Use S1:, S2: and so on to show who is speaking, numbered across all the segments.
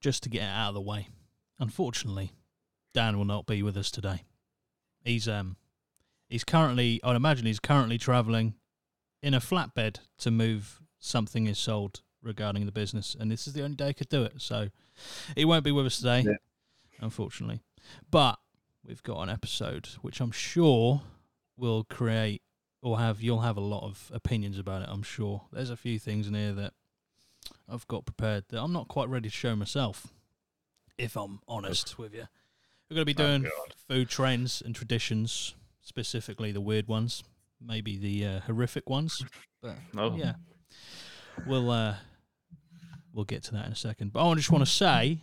S1: just to get it out of the way. Unfortunately, Dan will not be with us today. He's um he's currently I'd imagine he's currently travelling in a flatbed to move something is sold regarding the business and this is the only day he could do it. So he won't be with us today,
S2: Yeah.
S1: unfortunately. But we've got an episode which I'm sure will create or have you'll have a lot of opinions about it, I'm sure. There's a few things in here that I've got prepared that I'm not quite ready to show myself, if I'm honest with you. We're going to be
S2: Oh,
S1: doing
S2: God.
S1: food trends and traditions, specifically the weird ones, maybe the uh, horrific ones. But
S2: Oh.
S1: yeah, we'll uh, we'll get to that in a second. But I just want to say,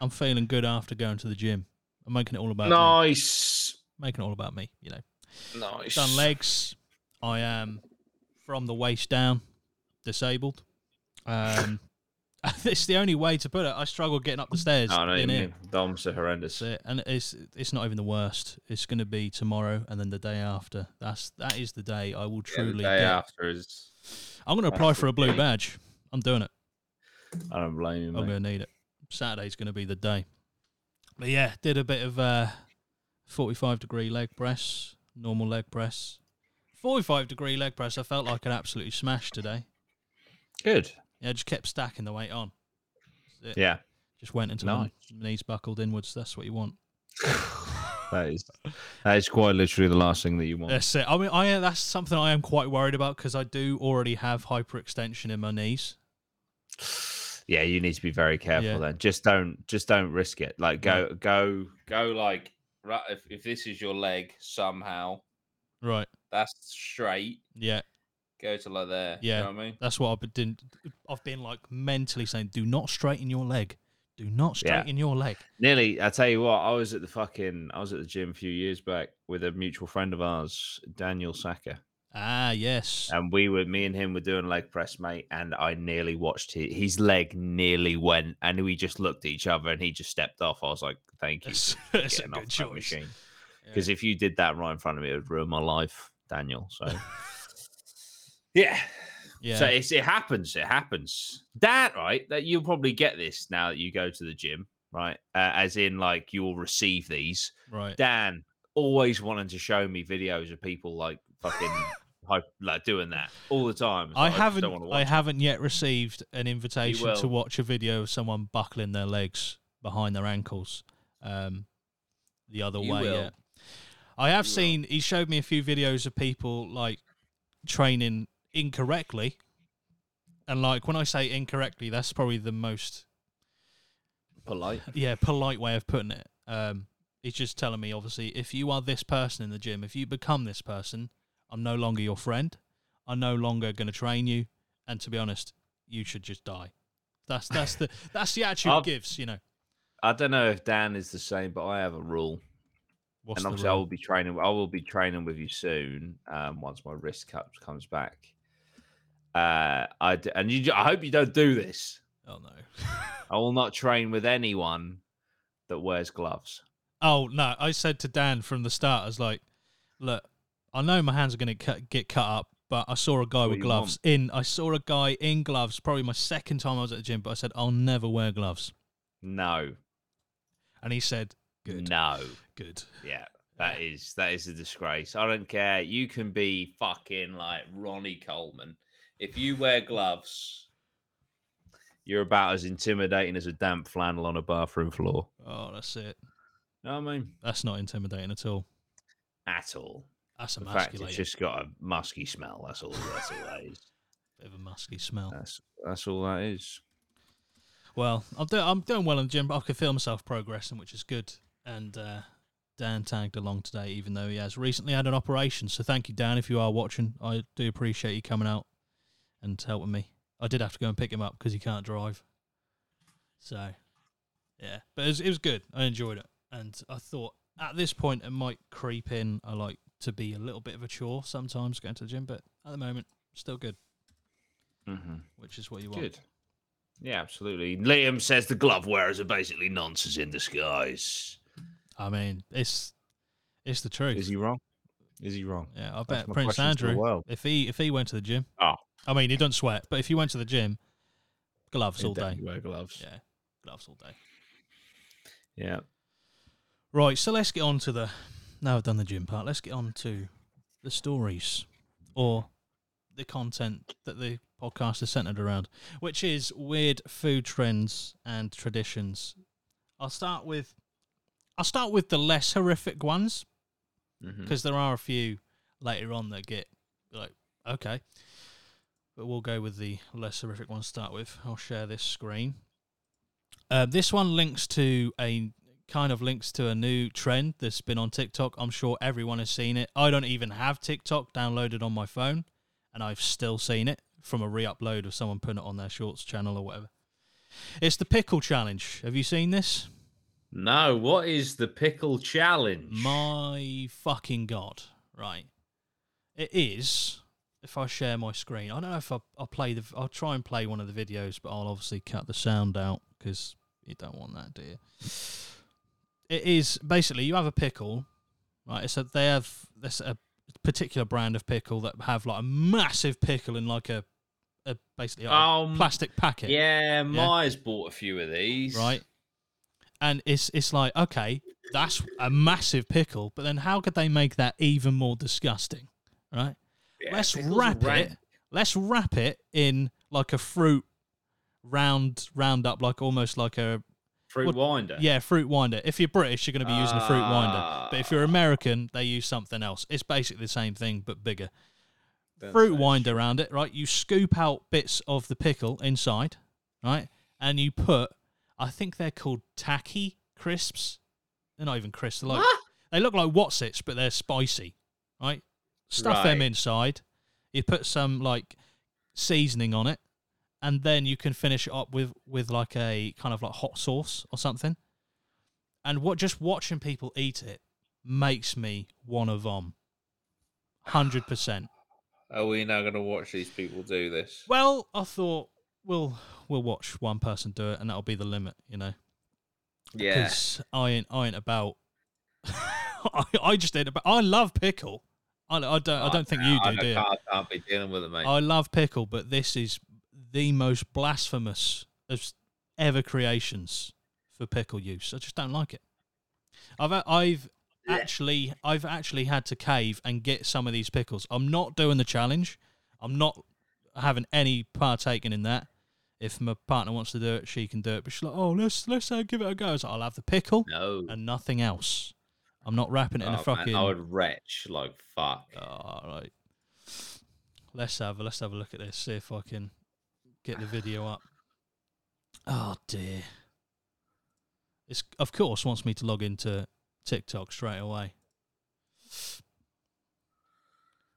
S1: I'm feeling good after going to the gym. I'm making it all about me.
S2: Nice.
S1: Making it all about me, you know
S2: Nice.
S1: done legs. I am from the waist down, disabled. Um, it's the only way to put it. I struggle getting up the stairs.
S2: No, I know what you
S1: in here.
S2: mean. Dom's are horrendous.
S1: That's it. And it's it's not even the worst. It's going to be tomorrow and then the day after. That's that is the day I will
S2: Yeah, the
S1: truly.
S2: day
S1: get-
S2: after is.
S1: I'm going to apply
S2: That's
S1: for
S2: the
S1: a blue
S2: day.
S1: badge. I'm doing it.
S2: I don't blame you,
S1: I'm
S2: mate.
S1: going to need it. Saturday's going to be the day. But yeah, did a bit of uh, 45 degree leg press, normal leg press. 45 degree leg press, I felt like an absolutely smash today.
S2: Good.
S1: Yeah, I just kept stacking the weight on. That's it.
S2: Yeah.
S1: Just went until my knees buckled inwards. That's what you want.
S2: That is. That is quite literally the last thing that you want.
S1: That's it. I mean, I that's something I am quite worried about because I do already have hyperextension in my knees.
S2: Yeah, you need to be very careful
S1: Yeah.
S2: then. Just don't. Just don't risk it. Like go, go, go. Like right. If if this is your leg somehow,
S1: Right.
S2: that's straight.
S1: Yeah.
S2: Go to like there.
S1: Yeah.
S2: You know what I mean?
S1: That's what I've been. doing. I've been like mentally saying, "Do not straighten your leg. Do not
S2: Yeah.
S1: straighten your leg."
S2: Nearly, I tell you what, I was at the fucking, I was at the gym a few years back with a mutual friend of ours, Daniel Saka,
S1: Ah, yes.
S2: and we were, me and him were doing leg press, mate, and I nearly watched his, his leg nearly went, and we just looked at each other, and he just stepped off. I was like, "Thank you,
S1: That's,
S2: for
S1: that's a
S2: getting off
S1: good
S2: that
S1: choice.
S2: machine," because if you did that right in front of me, it would ruin my life, Daniel. So, yeah.
S1: Yeah.
S2: So it's, it happens. It happens. That right? That you'll probably get this now that you go to the gym, right? Uh, as in, like you'll receive these.
S1: right.
S2: Dan always wanting to show me videos of people like fucking hype, like doing that all the time. It's
S1: I
S2: like, just
S1: haven't.
S2: don't wanna
S1: I
S2: watch
S1: haven't yet received an invitation to
S2: will.
S1: watch a video of someone buckling their legs behind their ankles, um, the other
S2: You
S1: way.
S2: will.
S1: Yet. I have
S2: You will.
S1: seen. He showed me a few videos of people like training incorrectly, and like when I say incorrectly, that's probably the most
S2: it. polite.
S1: yeah polite way of putting it. Um, he's just telling me obviously if you are this person in the gym, if you become this person, I'm no longer your friend. I'm no longer going to train you. And to be honest, you should just die. That's that's the that's the attitude
S2: I've-
S1: it gives. You know.
S2: I don't know if Dan is the same, but I have a rule,
S1: What's
S2: and
S1: the
S2: obviously I
S1: rule?
S2: will be training. I will be training with you soon. Um, once my wrist cut comes back. Uh, I d- and you. I hope you don't do this.
S1: Oh no.
S2: I will not train with anyone that wears gloves.
S1: Oh no! I said to Dan from the start, I was like, "Look, I know my hands are going to cut, get cut up, but I saw a guy
S2: What
S1: with
S2: you
S1: gloves in. I saw a guy in gloves. Probably my second time I was at the gym, but I said I'll never wear gloves,
S2: No,
S1: and he said, "Good,
S2: no,
S1: good."
S2: yeah. That is that is a disgrace. I don't care. You can be fucking like Ronnie Coleman. If you wear gloves, you're about as intimidating as a damp flannel on a bathroom floor.
S1: Oh, that's it.
S2: No, I mean
S1: That's not intimidating at all.
S2: at all.
S1: That's
S2: In fact, it's
S1: emasculating.
S2: just got a musky smell. That's all. That's all that is.
S1: Bit of a musky smell.
S2: That's that's all that is.
S1: Well, I'm doing I'm doing well in the gym, but I can feel myself progressing, which is good. And uh, Dan tagged along today, even though he has recently had an operation. So thank you, Dan, if you are watching. I do appreciate you coming out and helping me. I did have to go and pick him up because he can't drive. So, yeah, but it was, it was good. I enjoyed it, and I thought at this point it might creep in. I like to be a little bit of a chore sometimes going to the gym, but at the moment, still good,
S2: Mm-hmm.
S1: which is what you want.
S2: Good. Yeah, absolutely. Liam says the glove wearers are basically nonsense in disguise.
S1: I mean, it's it's the truth.
S2: Is he wrong? Is he wrong?
S1: Yeah, I
S2: That's
S1: bet
S2: my
S1: Prince
S2: questions to the
S1: Andrew,
S2: world.
S1: if he if he went to the gym,
S2: Oh.
S1: I mean he doesn't sweat, but if he went to the gym, gloves
S2: He'd
S1: all day.
S2: definitely Wear gloves.
S1: Yeah, gloves all day.
S2: Yeah.
S1: Right, so let's get on to the. Now I've done the gym part. Let's get on to the stories or the content that the podcast is centered around, which is weird food trends and traditions. I'll start with. I'll start with the less horrific ones
S2: Mhm.
S1: because there are a few later on that get like okay, but we'll go with the less horrific ones. to Start with. I'll share this screen. Uh, this one links to a kind of links to a new trend that's been on TikTok. I'm sure everyone has seen it. I don't even have TikTok downloaded on my phone, and I've still seen it from a re-upload of someone putting it on their Shorts channel or whatever. It's the pickle challenge. Have you seen this?
S2: No, what is the pickle challenge?
S1: My fucking god! Right, it is. If I share my screen, I don't know if I, I'll play the. I'll try and play one of the videos, but I'll obviously cut the sound out because you don't want that, do you? It is basically you have a pickle, right? So they have this a particular brand of pickle that have like a massive pickle in like a, a basically like a
S2: Um,
S1: plastic packet
S2: yeah, Myers bought a few of these.
S1: right? And it's it's like okay, that's a massive pickle, but then how could they make that even more disgusting, right?
S2: Yeah,
S1: let's
S2: pickles are
S1: wrap
S2: rank.
S1: it. Let's wrap it in like a fruit round round up, like almost like a
S2: Fruit
S1: What-
S2: winder.
S1: yeah fruit winder. If you're British, you're going to be using a fruit winder, but if you're
S2: Ah.
S1: American, they use something else. It's basically the same thing but bigger.
S2: Don't
S1: Fruit
S2: say
S1: winder around it, right? You scoop out bits of the pickle inside, right? And you put, I think they're called tacky crisps. They're not even crisps. They're like,
S2: What?
S1: They look like Watsits, but they're spicy, right? Stuff them
S2: Right.
S1: inside. You put some like seasoning on it, and then you can finish it up with with like a kind of like hot sauce or something. And what just watching people eat it makes me want to vom. Hundred percent.
S2: Are we now going to watch these people do this?
S1: Well, I thought we'll we'll watch one person do it, and that'll be the limit, you know.
S2: Yeah.
S1: Because I ain't I ain't about. I, I just ain't about. I love pickle. I, I don't I don't think you
S2: Oh, I
S1: do, do you?
S2: can't, can't be dealing with it, mate.
S1: I love pickle, but this is the most blasphemous of s- ever creations for pickle use. I just don't like it. I've a- I've
S2: Blech.
S1: actually I've actually had to cave and get some of these pickles. I'm not doing the challenge. I'm not having any partaking in that. If my partner wants to do it, she can do it. But she's like, "Oh, let's let's uh, give it a go." I was like, I'll have the pickle
S2: no.
S1: and nothing else. I'm not wrapping it in a
S2: Oh, man,
S1: fucking.
S2: I would retch like fuck.
S1: Oh, all right. Let's have a let's have a look at this. See if I can get the video up. Oh dear. It's of course wants me to log into TikTok straight away.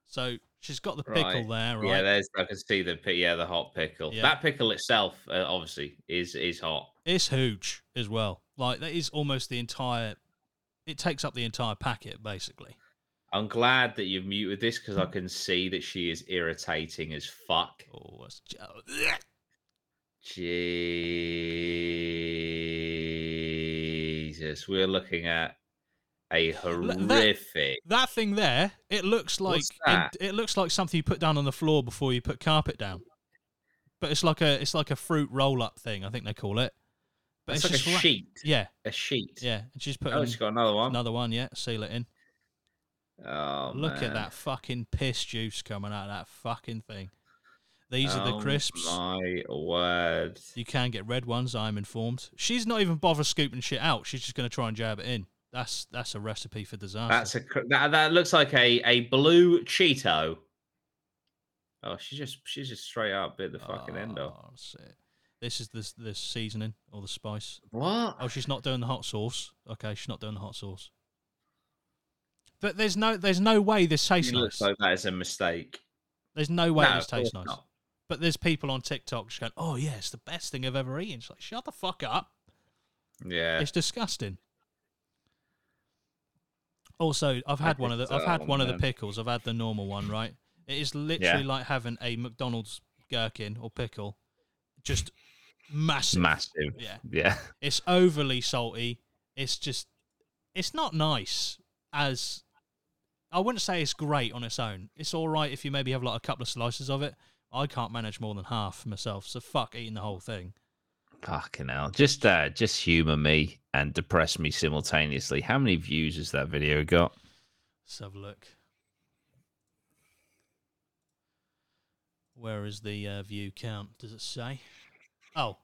S1: So she's got the pickle
S2: Right.
S1: there,
S2: Yeah,
S1: right?
S2: there's I can see the pi- yeah the hot pickle.
S1: Yeah.
S2: That pickle itself, uh, obviously, is is hot.
S1: it's huge as well. Like that is almost the entire. It takes up the entire packet basically.
S2: I'm glad that you've muted this because I can see that she is irritating as fuck.
S1: Oh, that's,
S2: Jesus, we're looking at a
S1: that-
S2: horrific.
S1: that thing there. It looks like
S2: What's
S1: it,
S2: that?
S1: it looks like something you put down on the floor before you put carpet down. But it's like a it's like a fruit roll up thing. I think they call it. But
S2: It's
S1: it's,
S2: like a
S1: just ra-
S2: sheet.
S1: Yeah,
S2: A sheet.
S1: yeah. And she's putting
S2: Oh, she's got another one.
S1: another one. Yeah, seal it in.
S2: Oh,
S1: Look
S2: man.
S1: at that fucking piss juice coming out of that fucking thing. These are the
S2: Oh
S1: crisps.
S2: My word.
S1: You can get red ones. I'm informed. She's not even bothered scooping shit out. She's just gonna try and jab it in. That's that's a recipe for disaster.
S2: That's a cr- that, that looks like a, a blue Cheeto. Oh, she's just she's just straight up bit the fucking end off.
S1: Oh, shit. This is this this seasoning or the spice.
S2: What?
S1: Oh, she's not doing the hot sauce. Okay, she's not doing the hot sauce. But there's no there's no way this tastes
S2: It looks
S1: nice.
S2: like that is a mistake.
S1: there's no way
S2: No,
S1: this
S2: of course
S1: tastes nice.
S2: not.
S1: But there's people on TikTok just going, "Oh yeah, it's the best thing I've ever eaten." It's like, shut the fuck up.
S2: Yeah.
S1: It's disgusting. Also, I've had one of the
S2: think
S1: I've
S2: so,
S1: had one of the
S2: oh, man.
S1: pickles. I've had the normal one, right? It is literally like having a McDonald's gherkin or pickle, just massive.
S2: massive.
S1: Yeah.
S2: Yeah.
S1: It's overly salty. It's just, it's not nice. As I wouldn't say it's great on its own. It's all right if you maybe have like a couple of slices of it. I can't manage more than half myself, so fuck eating the whole thing.
S2: Fucking hell. Just uh just humor me and depress me simultaneously. How many views has that video got?
S1: Let's have a look. Where is the uh, view count? Does it say? Oh,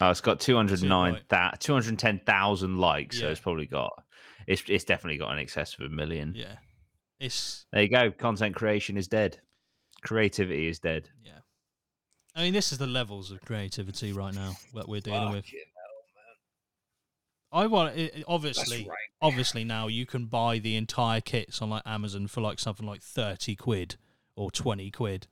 S2: Oh, it's got 209
S1: right.
S2: that 210,000 likes, so
S1: Yeah.
S2: it's probably got it's it's definitely got an excess of a million.
S1: yeah. It's
S2: There you go. Content creation is dead. Creativity is dead.
S1: yeah. I mean, this is the levels of creativity right now that we're dealing with.
S2: Fucking
S1: I want it, it-
S2: That's
S1: obviously,
S2: right.
S1: obviously now you can buy the entire kits on like Amazon for like something like thirty quid or twenty quid,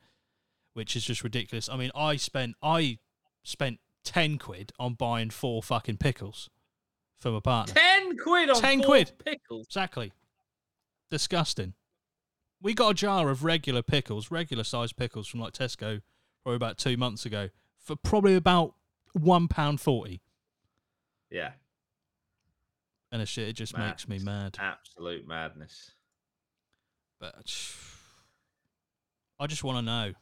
S1: which is just ridiculous. I mean, I spent I spent ten quid on buying four fucking pickles for my partner.
S2: Ten quid on
S1: 10 quid.
S2: pickles.
S1: Exactly. Disgusting. We got a jar of regular pickles, regular sized pickles from like Tesco, probably about two months ago, for probably about one pound forty.
S2: Yeah,
S1: And a shit, it just
S2: Mad.
S1: makes me mad.
S2: absolute madness.
S1: But I just want to know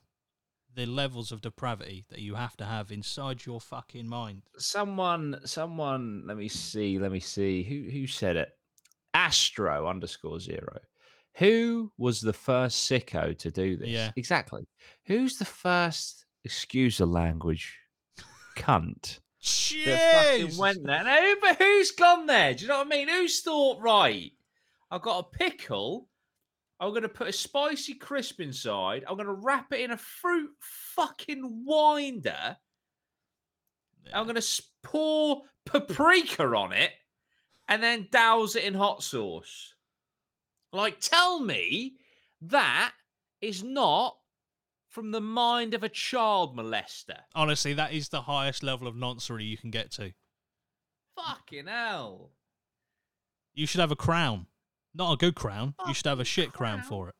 S1: the levels of depravity that you have to have inside your fucking mind.
S2: Someone, someone. Let me see. Let me see. Who who said it? Astro underscore zero. Who was the first sicko to do this?
S1: Yeah.
S2: exactly. Who's the first? Excuse the language. Cunt. that fucking
S1: Jeez!
S2: went there. Now, who- but who's gone there? Do you know what I mean? Who's thought, right, I've got a pickle. I'm going to put a spicy crisp inside. I'm going to wrap it in a fruit fucking winder. I'm going to pour paprika on it and then douse it in hot sauce. Like, tell me that is not from the mind of a child molester.
S1: Honestly, that is the highest level of noncery you can get to.
S2: Fucking hell.
S1: You should have a crown. Not a good crown. You should have a
S2: Fucking
S1: shit crown,
S2: crown.
S1: for it.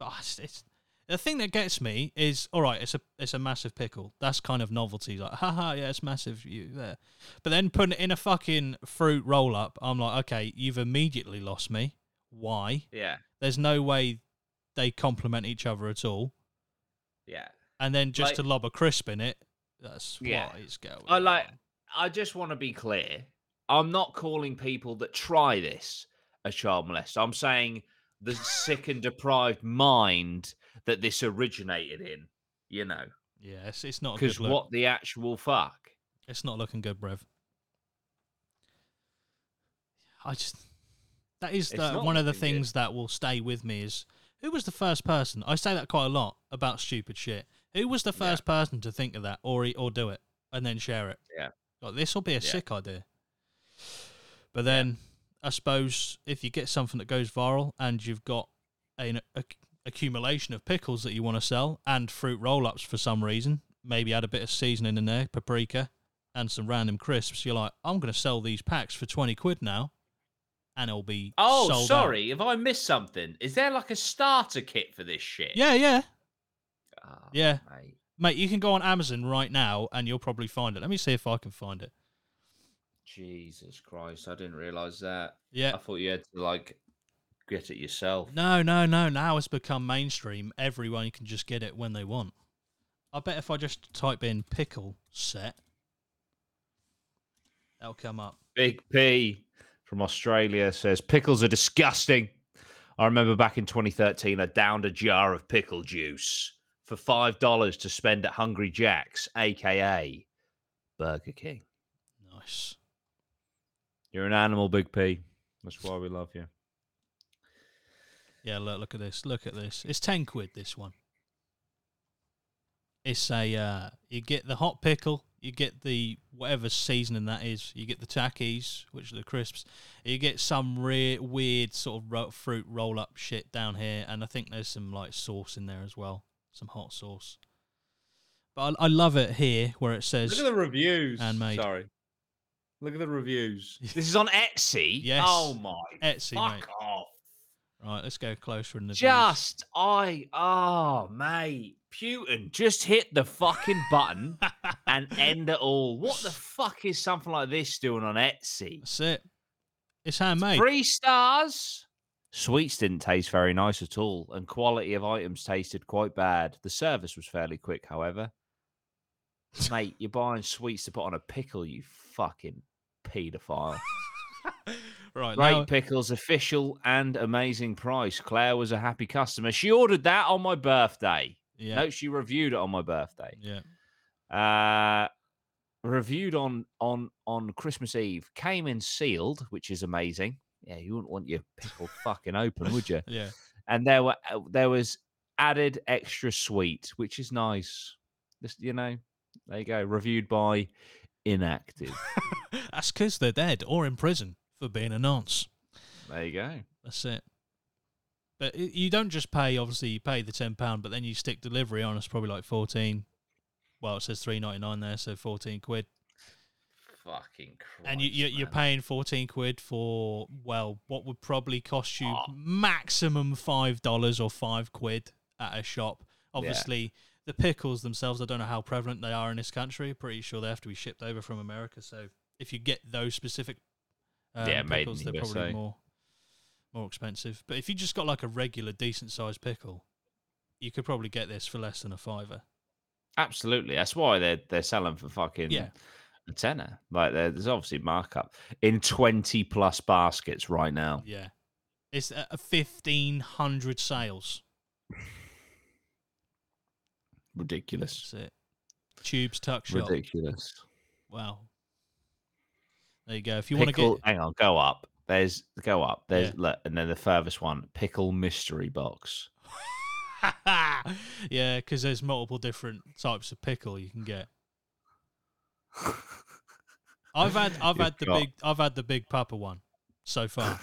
S1: But I s- it's, the thing that gets me is all right. It's a it's a massive pickle. That's kind of novelty. Like haha, yeah, it's massive. You there, but then putting it in a fucking fruit roll up. I'm like, okay, you've immediately lost me. Why?
S2: Yeah,
S1: There's no way they complement each other at all.
S2: yeah.
S1: And then just
S2: Like-
S1: to lob a crisp in it. That's
S2: Yeah.
S1: what is going.
S2: I like.
S1: on.
S2: I just want to be clear. I'm not calling people that try this a child molester. I'm saying the sick and deprived mind that this originated in. You know,
S1: Yeah, it's, it's not a
S2: because
S1: Oh, good look.
S2: what the actual fuck?
S1: It's not looking good, Brev. I just that is
S2: It's
S1: the,
S2: not
S1: one of the
S2: looking good.
S1: things that will stay with me is who was the first person? I say that quite a lot about stupid shit. Who was the
S2: Yeah.
S1: first person to think of that or e- or do it and then share it?
S2: Yeah.
S1: like, this will be a
S2: Yeah.
S1: sick idea. But then I suppose if you get something that goes viral and you've got an ac- accumulation of pickles that you want to sell and fruit roll-ups for some reason, maybe add a bit of seasoning in there, paprika, and some random crisps. You're like, I'm going to sell these packs for twenty quid now, and it'll be
S2: Oh,
S1: sold out."
S2: sorry, if I missed something, is there like a starter kit for this shit?
S1: Yeah, yeah,
S2: Ah,
S1: yeah.
S2: mate.
S1: mate. You can go on Amazon right now, and you'll probably find it. Let me see if I can find it.
S2: Jesus Christ, I didn't realize that.
S1: Yeah,
S2: I thought you had to like get it yourself.
S1: No, no, no. Now it's become mainstream. Everyone can just get it when they want. I bet if I just type in pickle set, that'll come up.
S2: Big P from Australia says pickles are disgusting. I remember back in 2013, I downed a jar of pickle juice for five dollars to spend at Hungry Jack's, aka Burger King.
S1: Nice.
S2: You're an animal, Big P. That's why we love you.
S1: Yeah, look, look at this. Look at this. It's 10 quid, this one. It's a, uh, you get the hot pickle, you get the whatever seasoning that is, you get the takis, which are the crisps, you get some re- weird sort of ro- fruit roll up shit down here, and I think there's some like sauce in there as well, some hot sauce. But I, I love it here where it says,
S2: the reviews.
S1: Handmade.
S2: Sorry. Look at the reviews. This is on Etsy.
S1: Yes.
S2: Oh my.
S1: Etsy,
S2: fuck
S1: mate.
S2: off.
S1: Right, let's go closer in the views.
S2: Just I oh mate, Putin, just hit the fucking button and end it all. What the fuck is something like this doing on Etsy?
S1: That's it. It's handmade.
S2: Three stars. Sweets didn't taste very nice at all, and quality of items tasted quite bad. The service was fairly quick, however. mate, you're buying sweets to put on a pickle, you fucking paedophile.
S1: Right,
S2: Great
S1: now,
S2: pickles, official and amazing price. Claire was a happy customer. She ordered that on my birthday.
S1: yeah,
S2: No, she reviewed it on my birthday.
S1: yeah,
S2: Uh, reviewed on on on Christmas Eve. Came in sealed, which is amazing. Yeah, you wouldn't want your pickle fucking open, would you?
S1: yeah.
S2: And there were uh, there was added extra sweet, which is nice. Just you know, there you go. Reviewed by inactive.
S1: That's because they're dead or in prison for being a nonce.
S2: there you go.
S1: That's it. But i- you don't just pay. Obviously, you pay the ten pound, but then you stick delivery on. It's probably like fourteen. Well, it says three ninety nine there, so fourteen quid.
S2: Fucking Christ,
S1: and you, you you're
S2: man.
S1: paying fourteen quid for well, what would probably cost you
S2: Oh.
S1: maximum five dollars or five quid at a shop. Obviously, the pickles themselves, I don't know how prevalent they are in this country. Pretty sure they have to be shipped over from America. So if you get those specific um,
S2: Yeah, made in
S1: pickles,
S2: the
S1: they're probably
S2: USA.
S1: more more expensive. But if you just got like a regular decent sized pickle, you could probably get this for less than a fiver.
S2: Absolutely. That's why they're they're selling for fucking
S1: Yeah.
S2: a tenner. Like there- there's obviously markup in twenty plus baskets right now.
S1: Yeah, it's a fifteen hundred sales.
S2: Ridiculous.
S1: That's it. Tubes Tuck Shop.
S2: Ridiculous.
S1: Wow. There you go. If you want to get
S2: hang on, go up. There's go up. There's
S1: Yeah.
S2: look, and then the furthest one, pickle mystery box.
S1: yeah, because there's multiple different types of pickle you can get. I've had I've
S2: You've
S1: had the
S2: got-
S1: big I've had the big papa one so far.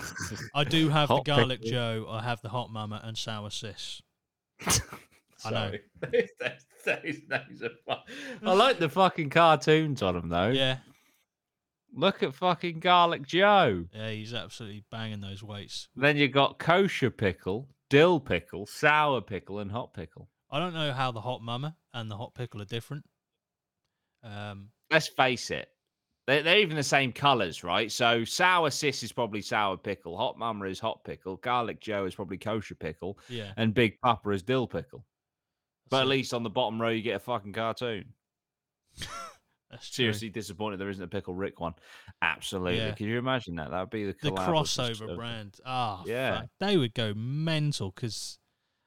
S1: I do have
S2: Hot
S1: the garlic
S2: pickle.
S1: Joe. I have the hot mama and sour sis. I know.
S2: Sorry. Those- those- those names are fu- I like the fucking cartoons on them though.
S1: Yeah,
S2: Look at fucking garlic Joe.
S1: yeah, he's absolutely banging those weights.
S2: Then you got kosher pickle, dill pickle, sour pickle, and hot pickle.
S1: I don't know how the hot mama and the hot pickle are different. Um,
S2: Let's face it, they're, they're even the same colours, right? So sour sis is probably sour pickle, hot mama is hot pickle, garlic Joe is probably kosher pickle,
S1: yeah,
S2: and big papa is dill pickle. But
S1: so
S2: at least on the bottom row, you get a fucking cartoon.
S1: that's true.
S2: Seriously disappointed there isn't a pickle Rick one. Absolutely,
S1: Yeah.
S2: could you imagine that? That'd be the
S1: the
S2: collab of
S1: crossover
S2: of-
S1: brand. Ah,
S2: Yeah.
S1: fuck. they would go mental because,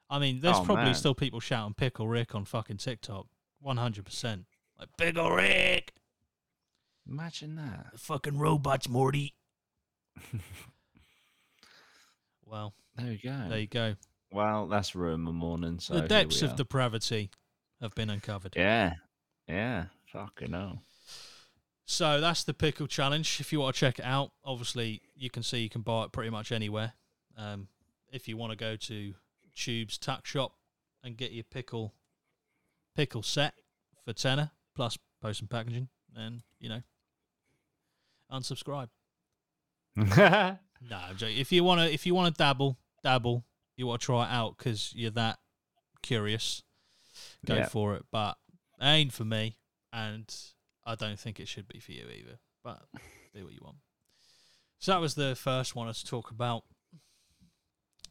S1: I mean, there's
S2: Oh,
S1: probably
S2: man.
S1: still people shouting "Pickle Rick" on fucking TikTok, one hundred percent. Like Pickle Rick,
S2: Imagine that.
S1: the fucking robots, Morty. well,
S2: There you go.
S1: there you go.
S2: Well, that's rumor morning. So
S1: the
S2: here
S1: depths
S2: we
S1: of
S2: are.
S1: depravity have been uncovered.
S2: yeah, yeah, fucking hell.
S1: So that's the pickle challenge. If you want to check it out, obviously you can see you can buy it pretty much anywhere. Um, if you want to go to Tubes Tuck Shop and get your pickle pickle set for tenner plus post and packaging, then you know unsubscribe. No, I'm joking. if you want to if you want to dabble dabble, you want to try it out because you're that curious, go
S2: Yeah.
S1: for it. But it ain't for me, and I don't think it should be for you either. But do what you want. So that was the first one I was to talk about,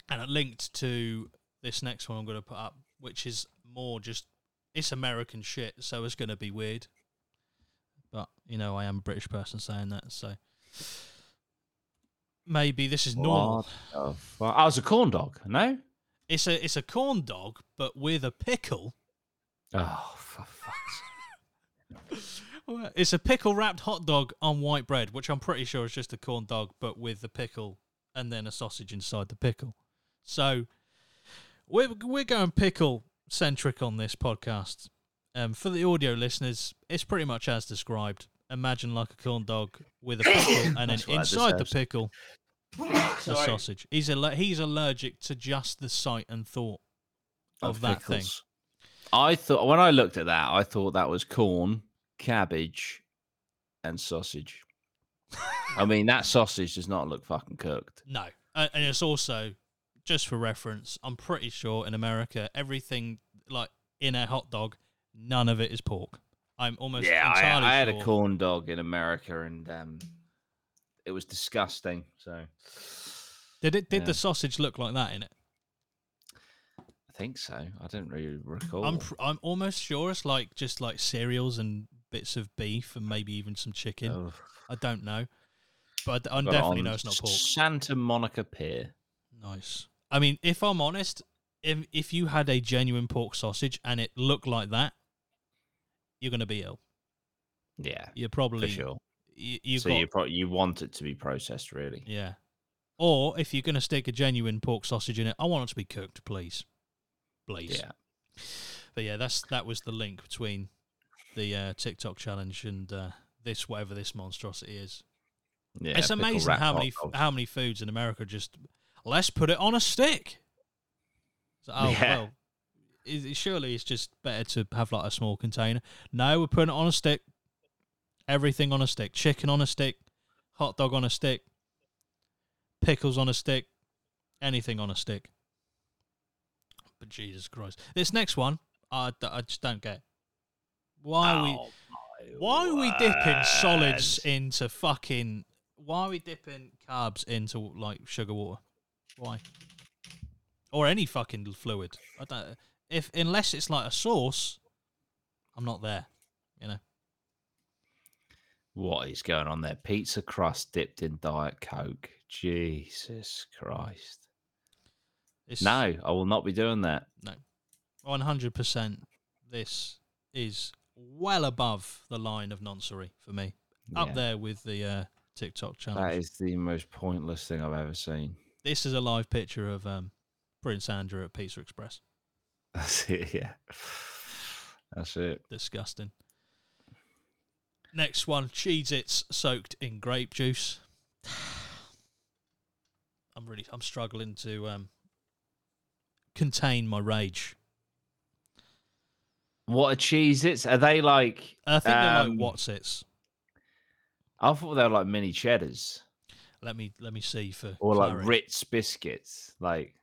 S1: and it linked to this next one I'm going to put up, which is more just it's American shit, so it's going to be weird. But you know, I am a British person saying that, so maybe this is normal.
S2: What the fu- I was a corn dog. No.
S1: It's a it's a corn dog, but with a pickle.
S2: Oh, for fuck's
S1: It's a pickle wrapped hot dog on white bread, which I'm pretty sure is just a corn dog, but with the pickle and then a sausage inside the pickle. So we're we're going pickle centric on this podcast. Um, for the audio listeners, it's pretty much as described. Imagine like a corn dog with a pickle, and then
S2: That's what that
S1: inside the
S2: deserves.
S1: pickle,
S2: sake.
S1: a sausage. He's aller- he's allergic to just the sight and thought of that thing.
S2: pickles. I thought when I looked at that, I thought that was corn, cabbage, and sausage. I mean, that sausage does not look fucking cooked.
S1: No, uh, and it's also just for reference. I'm pretty sure in America, everything like in a hot dog, none of it is pork. I'm almost
S2: yeah,
S1: entirely
S2: I, I had
S1: sure-
S2: a corn dog in America, and um, it was disgusting. So
S1: Did it? Did
S2: yeah.
S1: the sausage look like that in it?
S2: I think so. I don't really recall.
S1: I'm pr- I'm almost sure it's like just like cereals and bits of beef and maybe even some chicken.
S2: Oh,
S1: I don't know, but I
S2: got it
S1: definitely
S2: on
S1: know it's not pork.
S2: Santa Monica Pier.
S1: Nice. I mean, if I'm honest, if if you had a genuine pork sausage and it looked like that, you're gonna be ill.
S2: Yeah,
S1: You're probably
S2: for sure.
S1: you, you've
S2: so
S1: got
S2: you probably you want it to be processed, really.
S1: yeah. Or if you're gonna stick a genuine pork sausage in it, I want it to be cooked, please, please.
S2: Yeah.
S1: But yeah, that's that was the link between the uh, TikTok challenge and uh, this whatever this monstrosity is.
S2: Yeah,
S1: it's
S2: pickle
S1: amazing
S2: wrap
S1: how
S2: hot
S1: many f-
S2: dog.
S1: how many foods in America just let's put it on a stick. So, oh
S2: Yeah.
S1: well, is it, surely it's just better to have like a small container. No, we're putting it on a stick. Everything on a stick: chicken on a stick, hot dog on a stick, pickles on a stick, anything on a stick. But Jesus Christ, this next one, I, d- I just don't get. Why are we?
S2: Oh, my
S1: Why are we dipping solids
S2: word.
S1: into fucking? Why are we dipping carbs into like sugar water? Why? Or any fucking fluid? I don't. If unless it's like a sauce, I'm not there. You know.
S2: What is going on there? Pizza crust dipped in diet coke. Jesus Christ!
S1: It's
S2: No, I will not be doing that.
S1: 100. percent This is well above the line of noncery for me. Up
S2: Yeah,
S1: there with the uh, TikTok challenge.
S2: That is the most pointless thing I've ever seen.
S1: This is a live picture of um, Prince Andrew at Pizza Express.
S2: That's it. Yeah. That's it.
S1: disgusting. Next one, Cheez Its soaked in grape juice. I'm really I'm struggling to um contain my rage.
S2: What a cheese! It's are they like?
S1: Uh, I think they're
S2: Um,
S1: like what's its.
S2: I thought they were like mini cheddars
S1: Let me let me see for
S2: or like
S1: clarity.
S2: Ritz biscuits. Like,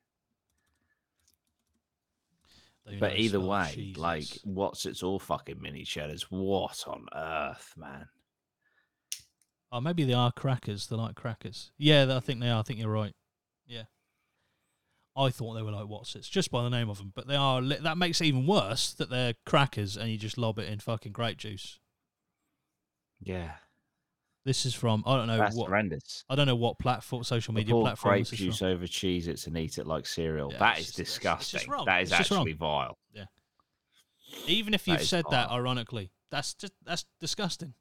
S1: Who
S2: but
S1: knows?
S2: either
S1: Oh,
S2: way,
S1: Cheez
S2: like
S1: Its.
S2: what's it's all fucking mini cheddars. What on earth, man?
S1: Oh, maybe they are crackers. They're like crackers. Yeah, I think they are. I think you're right. Yeah. I thought they were like Watsits just by the name of them, but they are. Li- that makes it even worse that they're crackers and you just lob it in fucking grape juice.
S2: Yeah,
S1: This is from I don't know
S2: that's
S1: what
S2: horrendous.
S1: I don't know what platform social media
S2: Pour
S1: platform
S2: grape
S1: this is
S2: juice
S1: from.
S2: over cheese. It's and eat it like cereal.
S1: Yeah,
S2: that
S1: it's
S2: is
S1: just- it's- it's just
S2: disgusting.
S1: wrong.
S2: That is
S1: It's just wrong.
S2: actually vile.
S1: Even if
S2: That
S1: you've
S2: is
S1: said that
S2: vile.
S1: ironically, that's just that's disgusting.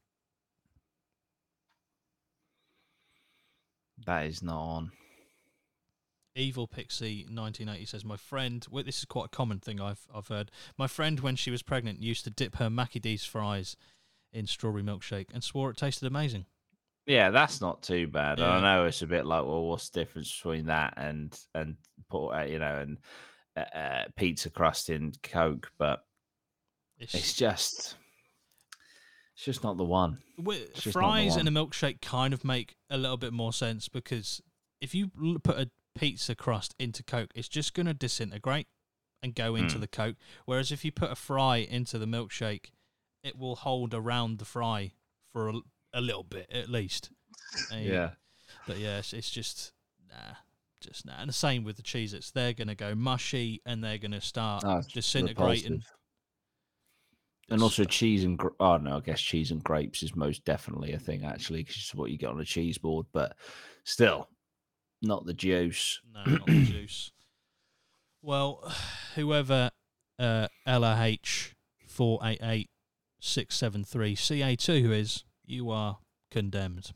S2: That is not on.
S1: Evil Pixie 1980 says, "My friend, well, this is quite a common thing I've I've heard. My friend, when she was pregnant, used to dip her Mackie D's fries in strawberry milkshake and swore it tasted amazing.
S2: Yeah, that's not too bad. And
S1: Yeah.
S2: I know it's a bit like, well, what's the difference between that and and por- uh, you know and uh, uh, pizza crust in Coke, but
S1: It's,
S2: it's just it's just not the one.
S1: wi-
S2: it's just not the
S1: fries and a milkshake kind of make a little bit more sense because if you l- put a pizza crust into Coke, it's just going to disintegrate and go into
S2: Mm.
S1: the Coke. Whereas if you put a fry into the milkshake, it will hold around the fry for a, l- a little bit at least. And you- But yeah, it's, it's just nah, just nah. And the same with the cheese. It's they're going to go mushy and they're going to start
S2: No, it's
S1: disintegrating.
S2: Ah, repulsive. And also cheese and gr- oh no, I guess cheese and grapes is most definitely a thing actually because it's what you get on a cheese board, but still not the juice.
S1: No, not the juice. Well, whoever uh, LRH four eight eight six seven three CA two is, you are condemned.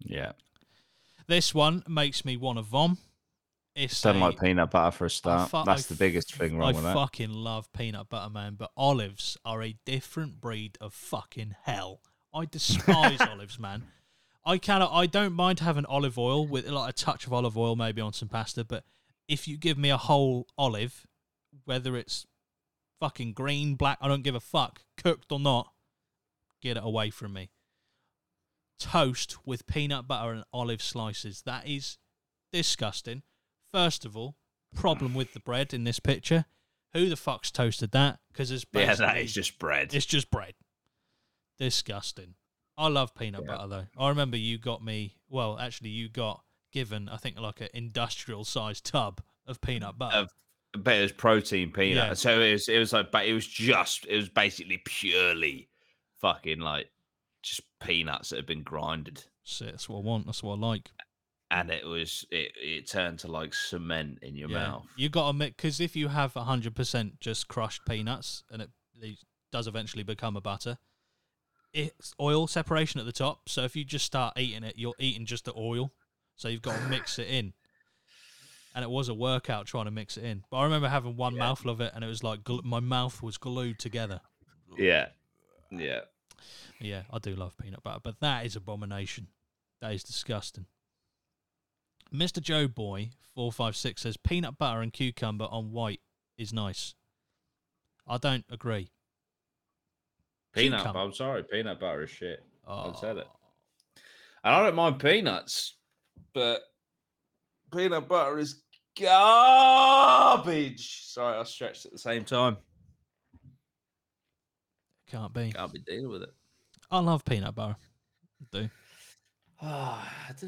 S2: Yeah,
S1: This one makes me want to vom. It's
S2: don't
S1: a-
S2: like peanut butter for a start.
S1: fu- I
S2: that's the biggest thing wrong
S1: I
S2: with that.
S1: fucking love peanut butter, man, but olives are a different breed of fucking hell. I despise olives, man. I cannot. I don't mind having olive oil with like a touch of olive oil, maybe on some pasta. But if you give me a whole olive, whether it's fucking green, black, I don't give a fuck, cooked or not, get it away from me. Toast with peanut butter and olive slices. That is disgusting. First of all, problem with the bread in this picture. Who the fuck's toasted that? Because it's
S2: Yeah,
S1: basically
S2: that is just bread.
S1: it's just bread. Disgusting. I love peanut
S2: Yeah.
S1: butter though. I remember you got me. Well, actually, you got given I think like an industrial sized tub of peanut butter.
S2: Of but it was protein peanut.
S1: Yeah.
S2: So it was it was like but it was just it was basically purely fucking like just peanuts that had been grinded.
S1: Shit, that's what I want. That's what I like.
S2: And
S1: Mm.
S2: it was it, it turned to like cement in your mouth.
S1: You got to mix because if you have hundred percent just crushed peanuts and it, it does eventually become a butter, it's oil separation at the top. So if you just start eating it, you're eating just the oil. So you've got to mix it in. And it was a workout trying to mix it in. But I remember having one
S2: Yeah.
S1: mouthful of it, and it was like gl- my mouth was glued together.
S2: Yeah. Yeah.
S1: Yeah, I do love peanut butter, but that is abomination. That is disgusting. Mr. Joe Boy four five six says peanut butter and cucumber on white is nice. I don't agree.
S2: Peanut
S1: Cucumber.
S2: I'm sorry, peanut butter is shit.
S1: Oh,
S2: said it. And I don't mind peanuts, but peanut butter is garbage. Sorry, I stretched at the same time.
S1: Can't be.
S2: Can't be dealing with it.
S1: I love peanut butter. I do.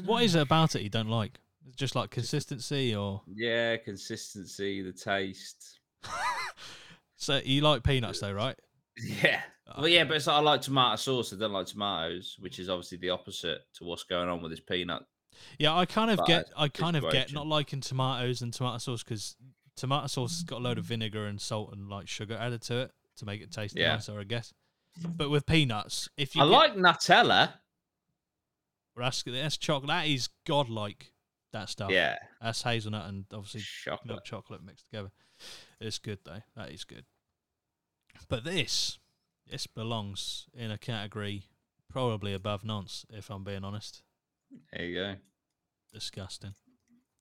S1: What is it about it you don't like? It's Just like consistency, or
S2: Yeah, consistency, the taste.
S1: so you like peanuts though, right?
S2: Yeah.
S1: Oh.
S2: Well, yeah, but it's like I like tomato sauce. I don't like tomatoes, which is obviously the opposite to what's going on with this peanut.
S1: Yeah, I kind of
S2: But
S1: get, I kind of get
S2: situation.
S1: not liking tomatoes and tomato sauce because tomato sauce has got a load of vinegar and salt and like sugar added to it to make it taste
S2: Yeah.
S1: nicer, I guess. But with peanuts, if you
S2: I
S1: get-
S2: like Nutella.
S1: we're asking- that's chocolate, that is godlike. That stuff,
S2: Yeah,
S1: That's hazelnut and obviously
S2: chocolate.
S1: milk chocolate mixed together. It's good though. That is good. But this, this belongs in a category probably above nonce, if I'm being honest.
S2: There you go.
S1: Disgusting.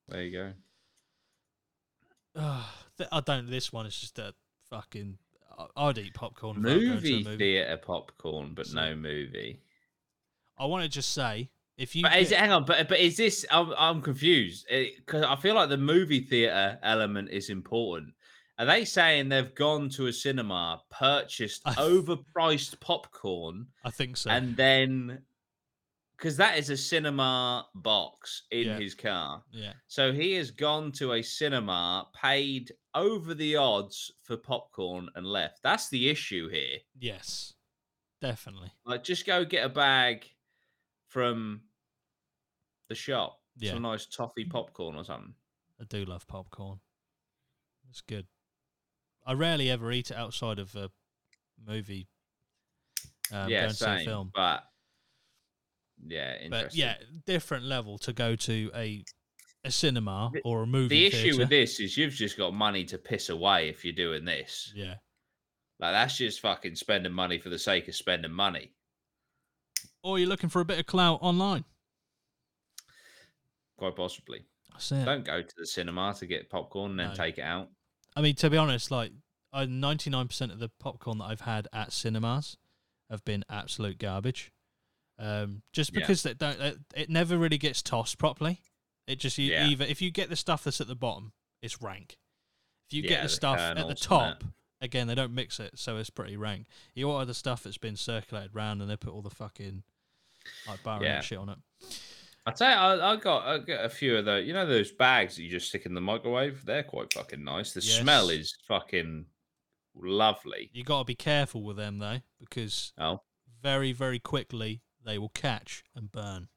S2: There you go.
S1: Ugh, th- I don't. This one is just a fucking. I- I'd eat popcorn. if I were going to a
S2: Movie,
S1: movie.
S2: theater popcorn, but
S1: So-
S2: no movie.
S1: I want to just say if you.
S2: But is
S1: get-
S2: hang on, but but is this? I'm I'm confused because I feel like the movie theater element is important. Are they saying they've gone to a cinema, purchased
S1: I-
S2: overpriced popcorn,
S1: I think so.
S2: and then because that is a cinema box in
S1: Yeah.
S2: his car,
S1: yeah.
S2: so he has gone to a cinema, paid over the odds for popcorn, and left. That's the issue here.
S1: Yes. Definitely.
S2: Like, just go get a bag from the shop.
S1: Yeah. Mm.
S2: Some nice toffee popcorn or something.
S1: I do love popcorn. It's good. I rarely ever eat it outside of a movie. Um,
S2: yeah,
S1: going to see a
S2: same.
S1: film.
S2: But yeah, interesting.
S1: But yeah, different level to go to a a cinema
S2: The-
S1: or a movie.
S2: the issue
S1: theatre.
S2: with this is you've just got money to piss away if you're doing this.
S1: Yeah.
S2: Like that's just fucking spending money for the sake of spending money.
S1: Or you're looking for a bit of clout online.
S2: Quite possibly.
S1: That's it.
S2: Don't go to the cinema to get popcorn and then
S1: No.
S2: take it out.
S1: I mean, to be honest, like ninety nine percent of the popcorn that I've had at cinemas have been absolute garbage. Um, just
S2: Yeah.
S1: because they don't, it, it never really gets tossed properly. It just you
S2: Yeah.
S1: either if you get the stuff that's at the bottom, it's rank. If you
S2: Yeah,
S1: get the
S2: the
S1: stuff at the
S2: kernels and that.
S1: top, again they don't mix it, so it's pretty rank. You order the stuff that's been circulated round, and they put all the fucking like bar
S2: Yeah.
S1: and shit on it.
S2: I tell you, I, I got I got a few of those. You know those bags that you just stick in the microwave. They're quite fucking nice. The smell
S1: Yes.
S2: is fucking lovely.
S1: You got to be careful with them though, because
S2: Oh,
S1: very very quickly they will catch and burn.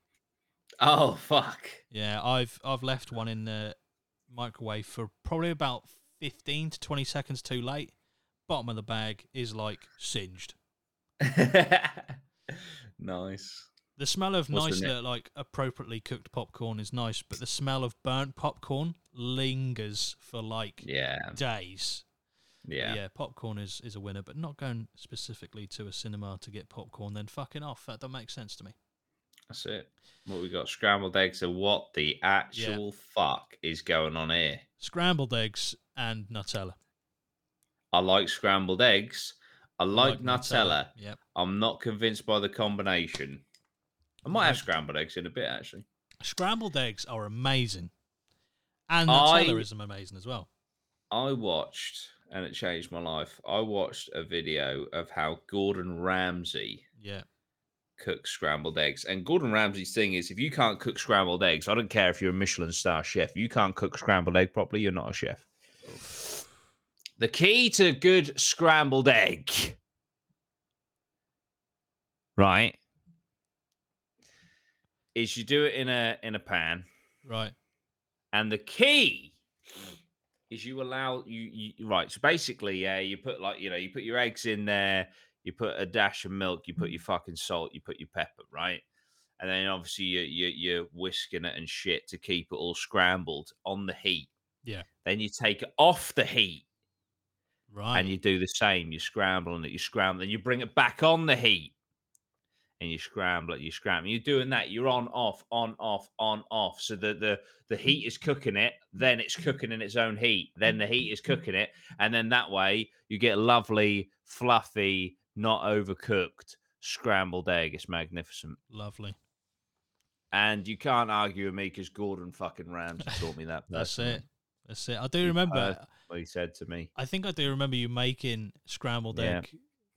S2: oh fuck.
S1: Yeah, I've I've left one in the microwave for probably about fifteen to twenty seconds too late. Bottom of the bag is like singed.
S2: nice.
S1: The smell of
S2: What's the
S1: nice,
S2: ne-
S1: little, like appropriately cooked popcorn is nice, but the smell of burnt popcorn lingers for like
S2: Yeah,
S1: days. But
S2: yeah,
S1: yeah, popcorn is is a winner, but not going specifically to a cinema to get popcorn. Then fucking off. That don't make sense to me.
S2: That's it. What we got? Scrambled eggs. And what the actual fuck is going on here?
S1: Scrambled eggs and Nutella.
S2: I like scrambled eggs. I like, Nutella.
S1: Yep.
S2: I'm not convinced by the combination. I might
S1: No.
S2: have scrambled eggs in a bit actually.
S1: Scrambled eggs are amazing, and
S2: I-
S1: Nutella is amazing as well.
S2: I watched, and it changed my life. I watched a video of how Gordon Ramsay
S1: Yeah,
S2: cooks scrambled eggs. And Gordon Ramsay's thing is if you can't cook scrambled eggs, I don't care if you're a Michelin star chef, you can't cook scrambled egg properly, you're not a chef. The key to good scrambled egg. Right. Is you do it in a in a pan.
S1: Right.
S2: And the key is you allow you, you right. So basically, yeah, you put like you know you put your eggs in there, you put a dash of milk, you put your fucking salt, you put your pepper, right? And then obviously you, you you're whisking it and shit to keep it all scrambled on the heat.
S1: Yeah.
S2: Then you take it off the heat
S1: Right.
S2: and you do the same. You're scrambling it, you scramble, and you bring it back on the heat, and you scramble it, you scramble. You're doing that. You're on, off, on, off, on, off. So the the the
S1: Mm.
S2: heat is cooking it, then it's cooking in its own heat, then the
S1: Mm.
S2: heat is cooking it, and then that way you get a lovely, fluffy, not overcooked scrambled egg. It's magnificent,
S1: Lovely.
S2: and you can't argue with me because Gordon fucking Ramsay taught me that.
S1: That's
S2: personally.
S1: it. That's it. I do
S2: You've
S1: remember.
S2: heard- What he said to me.
S1: I think I do remember you making scrambled
S2: Yeah.
S1: egg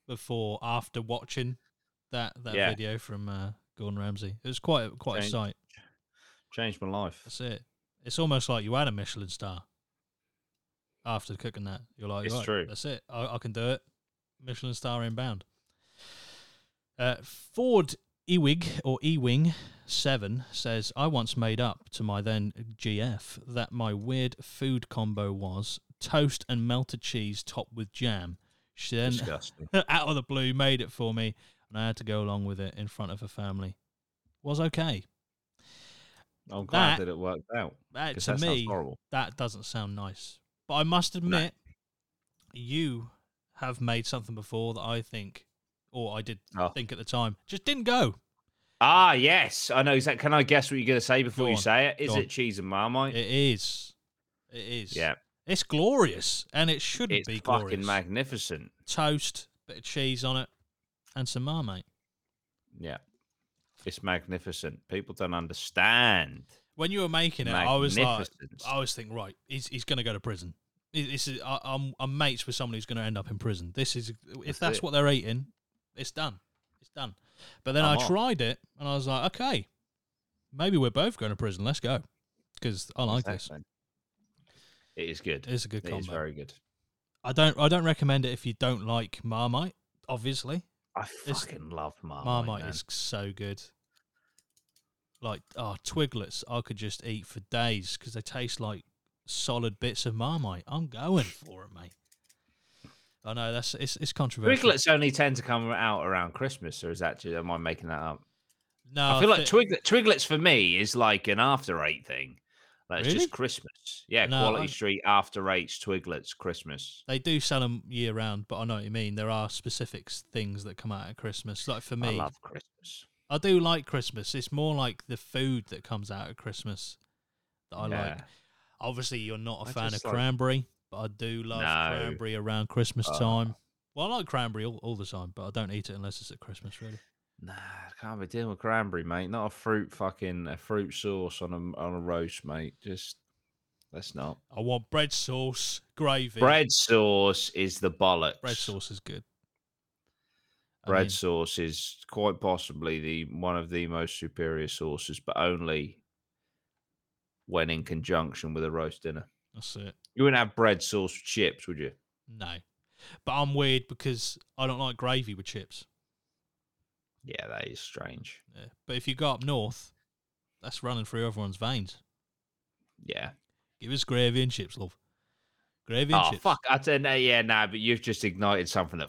S1: before after watching that that
S2: Yeah.
S1: video from uh, Gordon Ramsay. It was quite a- quite a
S2: Change.
S1: sight.
S2: Changed my life.
S1: That's it. It's almost like you had a Michelin star after cooking that. You're like,
S2: It's
S1: "Right,
S2: true.
S1: That's it. I, I can do it. Michelin star inbound. Uh, Ford Ewig or Ewing seven says, I once made up to my then GF that my weird food combo was toast and melted cheese topped with jam. She then
S2: Disgusting.
S1: out of the blue made it for me, and I had to go along with it in front of her family. Was okay.
S2: I'm glad
S1: That-
S2: that it worked out.
S1: That,
S2: 'cause
S1: to
S2: that sounds
S1: me,
S2: horrible.
S1: that doesn't sound nice. But I must admit, you have made something before that I think, or I did
S2: Oh.
S1: think at the time, just didn't go.
S2: Ah, yes, I know. Exactly. Can I guess what you're going to say before
S1: Go
S2: you
S1: on,
S2: say it? Is
S1: go on.
S2: it cheese and marmite?
S1: It is. It is.
S2: yeah,
S1: It's glorious, and it shouldn't
S2: it's
S1: be
S2: fucking
S1: glorious.
S2: magnificent.
S1: Toast, bit of cheese on it, and some marmite.
S2: Yeah, it's magnificent. People don't understand.
S1: When you were making it, I was like,
S2: Magnificence.
S1: I was thinking, right, he's, he's going to go to prison. I- This is, I, I'm, I'm mates with someone who's going to end up in prison. This is, if
S2: That's
S1: that's
S2: it.
S1: what they're eating, it's done. It's done. But then
S2: I'm
S1: I
S2: off.
S1: tried it and I was like, okay, maybe we're both going to prison. Let's go. Because I like
S2: Exactly. It is good.
S1: this. It's a good
S2: It is
S1: combo.
S2: very good.
S1: I don't, I don't recommend it if you don't like Marmite. Obviously,
S2: I fucking love marmite.
S1: Marmite
S2: man.
S1: is so good. Like, oh, Twiglets, I could just eat for days because they taste like solid bits of Marmite. I'm going for it, mate. I know that's it's it's controversial.
S2: Twiglets only tend to come out around Christmas, or is that? Am I making that up?
S1: No,
S2: I feel like
S1: thi-
S2: Twiglet, Twiglets for me is like an after eight thing. Like it's
S1: Really?
S2: just Christmas. Yeah,
S1: No,
S2: Quality
S1: I-
S2: Street after eights, Twiglets, Christmas.
S1: they do sell them year round, but I know what you mean. There are specific s- things that come out at Christmas. Like for
S2: I
S1: me,
S2: love Christmas.
S1: I do like Christmas. It's more like the food that comes out at Christmas that I like.
S2: Yeah.
S1: Obviously, you're not a
S2: I
S1: fan of
S2: just like-
S1: cranberry, but I do love
S2: No.
S1: cranberry around Christmas
S2: Uh,
S1: time. Well, I like cranberry all, all the time, but I don't eat it unless it's at Christmas, really.
S2: Nah, I can't be dealing with cranberry, mate. Not a fruit fucking a fruit sauce on a on a roast, mate. Just let's not.
S1: I want bread sauce, gravy.
S2: Bread sauce is the bollocks.
S1: Bread sauce is good. I
S2: Bread
S1: mean,
S2: sauce is quite possibly the one of the most superior sauces, but only when in conjunction with a roast dinner.
S1: that's it.
S2: You wouldn't have bread sauce with chips, would you?
S1: No. But I'm weird because I don't like gravy with chips.
S2: Yeah, that is strange.
S1: Yeah. But if you go up north, that's running through everyone's veins.
S2: Yeah.
S1: Give us gravy and chips, love. Gravy and
S2: Oh
S1: chips.
S2: fuck! I don't know. Yeah, nah. But you've just ignited something that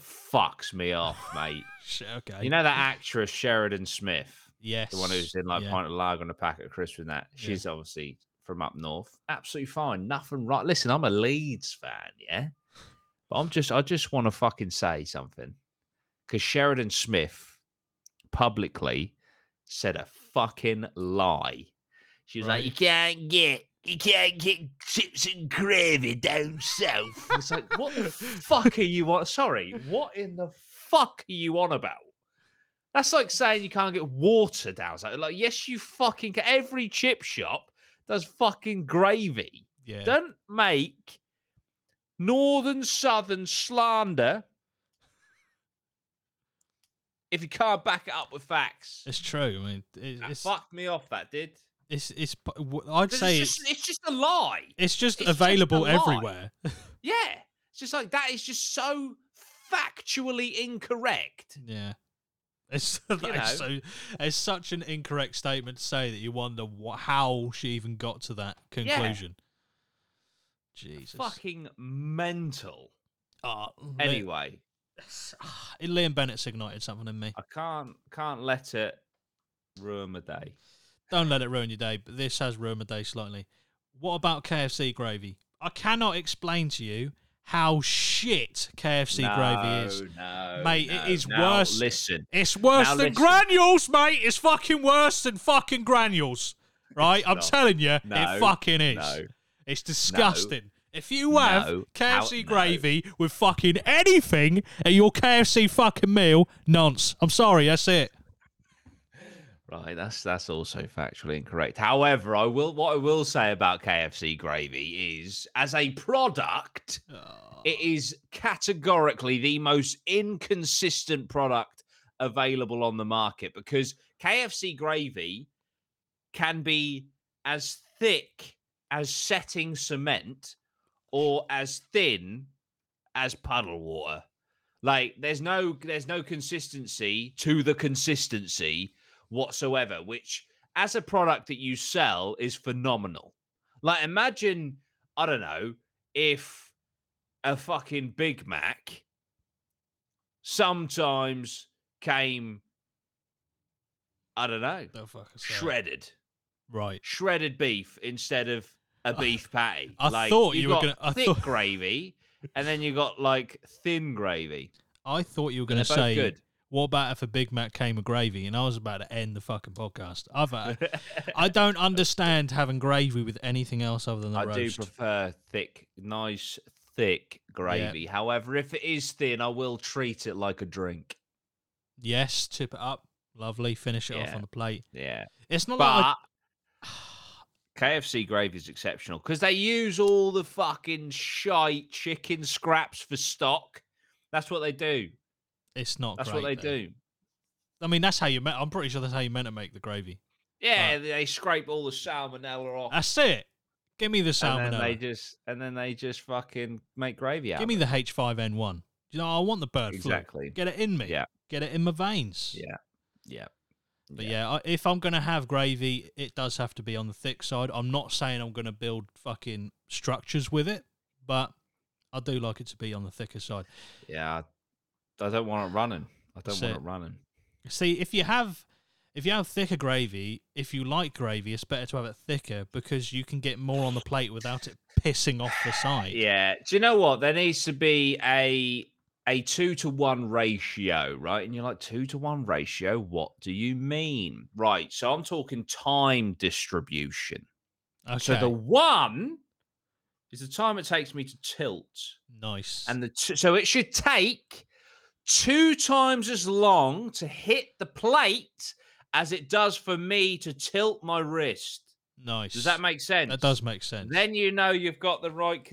S2: fucks me off, mate.
S1: Shit, okay.
S2: you know that actress Sheridan Smith,
S1: yes.
S2: the one who's in like
S1: yeah.
S2: pint of lager and a packet of crisps and that.
S1: Yeah.
S2: She's obviously from up north. Absolutely fine. Nothing right. Listen, I'm a Leeds fan, yeah. But I'm just, I just want to fucking say something because Sheridan Smith publicly said a fucking lie. She was
S1: Right.
S2: like, "You can't get, you can't get chips and gravy down south." it's like, what the fuck are you on? Sorry, what in the fuck are you on about? That's like saying you can't get water down south. Like, yes, you fucking can. Every chip shop does fucking gravy.
S1: Yeah.
S2: Don't make northern southern slander if you can't back it up with facts.
S1: It's true. I mean, it,
S2: That
S1: it's,
S2: fucked me off. That did.
S1: it's it's p- w- I'd
S2: 'Cause
S1: say
S2: it's
S1: it's
S2: just, it's just a lie.
S1: it's just
S2: it's just a
S1: available
S2: lie.
S1: everywhere.
S2: Yeah. It's just like that is just so factually incorrect.
S1: Yeah. It's,
S2: know.
S1: it's, so, it's such an incorrect statement to say that you wonder what, how she even got to that conclusion. Jesus.
S2: Fucking mental.
S1: Ah, Li- ah,
S2: Anyway,
S1: Liam Bennett's ignited something in me.
S2: I can't can't let it ruin my day.
S1: Don't let it ruin your day, but this has ruined my day slightly. What about KFC gravy? I cannot explain to you how shit KFC gravy is.
S2: No,
S1: Mate, it
S2: no,
S1: is
S2: now
S1: worse.
S2: Listen,
S1: It's worse
S2: Now
S1: than
S2: listen.
S1: granules, mate. It's fucking worse than fucking granules. Right? I'm
S2: not.
S1: telling you,
S2: No.
S1: it fucking is.
S2: no,
S1: It's disgusting. If you
S2: No.
S1: have
S2: How-
S1: KFC
S2: no.
S1: gravy with fucking anything at your KFC fucking meal, nonce. I'm sorry, that's it.
S2: right. That's that's also factually incorrect. However, I will what I will say about KFC gravy is as a product,
S1: Oh,
S2: it is categorically the most inconsistent product available on the market because KFC gravy can be as thick as setting cement or as thin as puddle water. Like there's no there's no consistency to the consistency whatsoever, which as a product that you sell is phenomenal. Like imagine, I don't know, if a fucking Big Mac sometimes came, I don't know,
S1: Don't fucking say it.
S2: shredded,
S1: Right.
S2: shredded beef instead of a beef patty.
S1: I thought you were
S2: got
S1: gonna- I
S2: thick
S1: thought-
S2: gravy, and then you got like thin gravy.
S1: I thought you were
S2: And
S1: going to
S2: they're both
S1: say,
S2: good.
S1: what about if a Big Mac came with gravy? And I was about to end the fucking podcast. I've, uh, I don't understand having gravy with anything else other than the
S2: I do
S1: roast.
S2: prefer thick, nice, thick gravy. However, if it is thin, I will treat it like a drink.
S1: yes, tip it up. Lovely. Finish it
S2: Yeah.
S1: off on the plate.
S2: Yeah.
S1: It's not like I-
S2: But KFC gravy is exceptional because they use all the fucking shite chicken scraps for stock. That's what they do.
S1: it's not
S2: That's
S1: Oh, great,
S2: what they
S1: though.
S2: do.
S1: I mean, that's how you meant. I'm pretty sure that's how you meant to make the gravy.
S2: Yeah, they scrape all the salmonella off,
S1: That's it. Give me the
S2: and then they
S1: salmonella.
S2: just and then they just fucking make gravy out.
S1: Give
S2: of
S1: me
S2: it.
S1: the H5N1. You know, I want the bird
S2: exactly.
S1: flu. Get it in me.
S2: Yeah.
S1: Get it in my veins.
S2: Yeah. Yeah.
S1: But yeah, I, if I'm gonna have gravy, it does have to be on the thick side. I'm not saying I'm gonna build fucking structures with it, but I do like it to be on the thicker side.
S2: Yeah. I don't want it running. I don't
S1: That's
S2: want
S1: it.
S2: it running.
S1: See, if you have if you have thicker gravy, if you like gravy, it's better to have it thicker because you can get more on the plate without it pissing off the side.
S2: Yeah. Do you know what? There needs to be a a two to one ratio, right? And you're like, two to one ratio, what do you mean? Right. So I'm talking time distribution.
S1: Okay.
S2: So the one is the time it takes me to tilt.
S1: nice.
S2: And the two, so it should take two times as long to hit the plate as it does for me to tilt my wrist.
S1: nice.
S2: Does that make sense?
S1: That does make sense.
S2: Then you know you've got the right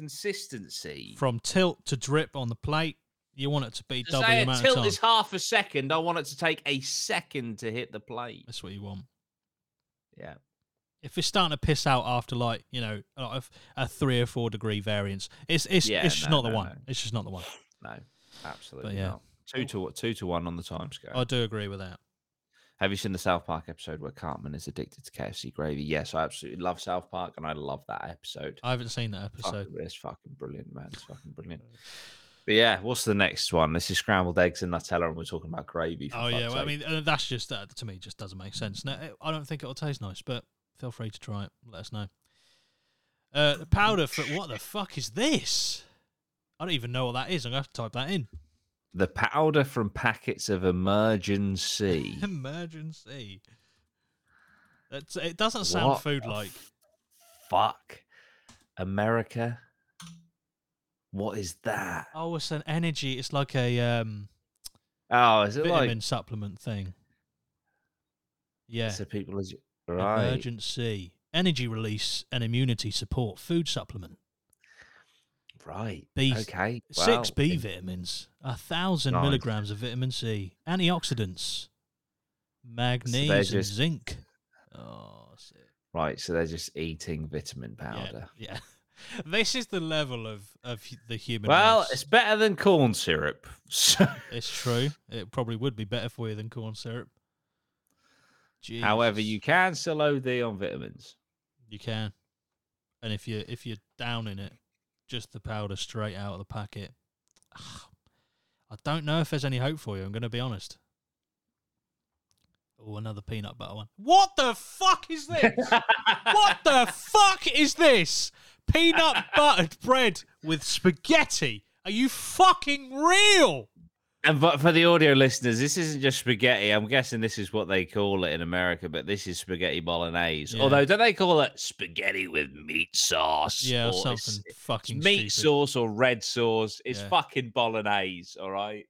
S2: consistency.
S1: From tilt to drip on the plate, you want it to be
S2: To
S1: double the
S2: say a
S1: amount
S2: tilt
S1: of
S2: is
S1: time.
S2: half a second. I want it to take a second to hit the plate.
S1: That's what you want.
S2: Yeah.
S1: if it's starting to piss out after like you know like if- a three or four degree variance, it's it's
S2: Yeah,
S1: it's just
S2: no,
S1: not the
S2: no,
S1: one.
S2: no.
S1: It's just not the one.
S2: No, absolutely
S1: yeah.
S2: not. Two to o- two to one on the time scale.
S1: I do agree with that.
S2: Have you seen the South Park episode where Cartman is addicted to KFC gravy? Yes, I absolutely love South Park, and I love that episode.
S1: I haven't seen that
S2: Fucking,
S1: episode.
S2: it's fucking brilliant, man. It's fucking brilliant. But yeah, what's the next one? This is scrambled eggs and Nutella, and we're talking about gravy. for
S1: Oh
S2: fuck's
S1: yeah, well, I
S2: sake.
S1: mean uh, that's just uh, to me just doesn't make sense. No, it- I don't think it'll taste nice, but feel free to try it. Let us know. Uh, the powder for what the fuck is this? I don't even know what that is. I'm gonna have to type that in.
S2: the powder from packets of emergency.
S1: Emergency. It's, it doesn't sound
S2: What
S1: food
S2: the
S1: like.
S2: Fuck. America. What is that?
S1: Oh, it's an energy. It's like a um.
S2: Oh, is it
S1: vitamin
S2: like
S1: supplement thing. Yeah.
S2: so people is right?
S1: Emergency. Energy release and immunity support food supplement.
S2: Right.
S1: B-
S2: okay.
S1: Six
S2: well,
S1: B vitamins, a thousand
S2: Nice.
S1: milligrams of vitamin C, antioxidants, magnesium,
S2: just-
S1: zinc. Oh, sick.
S2: Right. So they're just eating vitamin powder.
S1: Yeah. yeah. This is the level of of hu- the human.
S2: Well,
S1: race.
S2: it's better than corn syrup. So,
S1: It's true. It probably would be better for you than corn syrup. Jesus.
S2: however, you can still OD on vitamins.
S1: you can, and if you if you're down in it, just the powder straight out of the packet. I don't know if there's any hope for you. I'm going to be honest. Oh, another peanut butter one. What the fuck is this? what the fuck is this? Peanut buttered bread with spaghetti. Are you fucking real?
S2: And but for the audio listeners, this isn't just spaghetti. I'm guessing this is what they call it in America, but this is spaghetti bolognese.
S1: Yeah.
S2: Although, do they call it spaghetti with meat sauce?
S1: Yeah,
S2: Or it's-
S1: something
S2: It's
S1: fucking
S2: meat
S1: stupid.
S2: sauce or red sauce. It's
S1: Yeah.
S2: fucking bolognese. All right.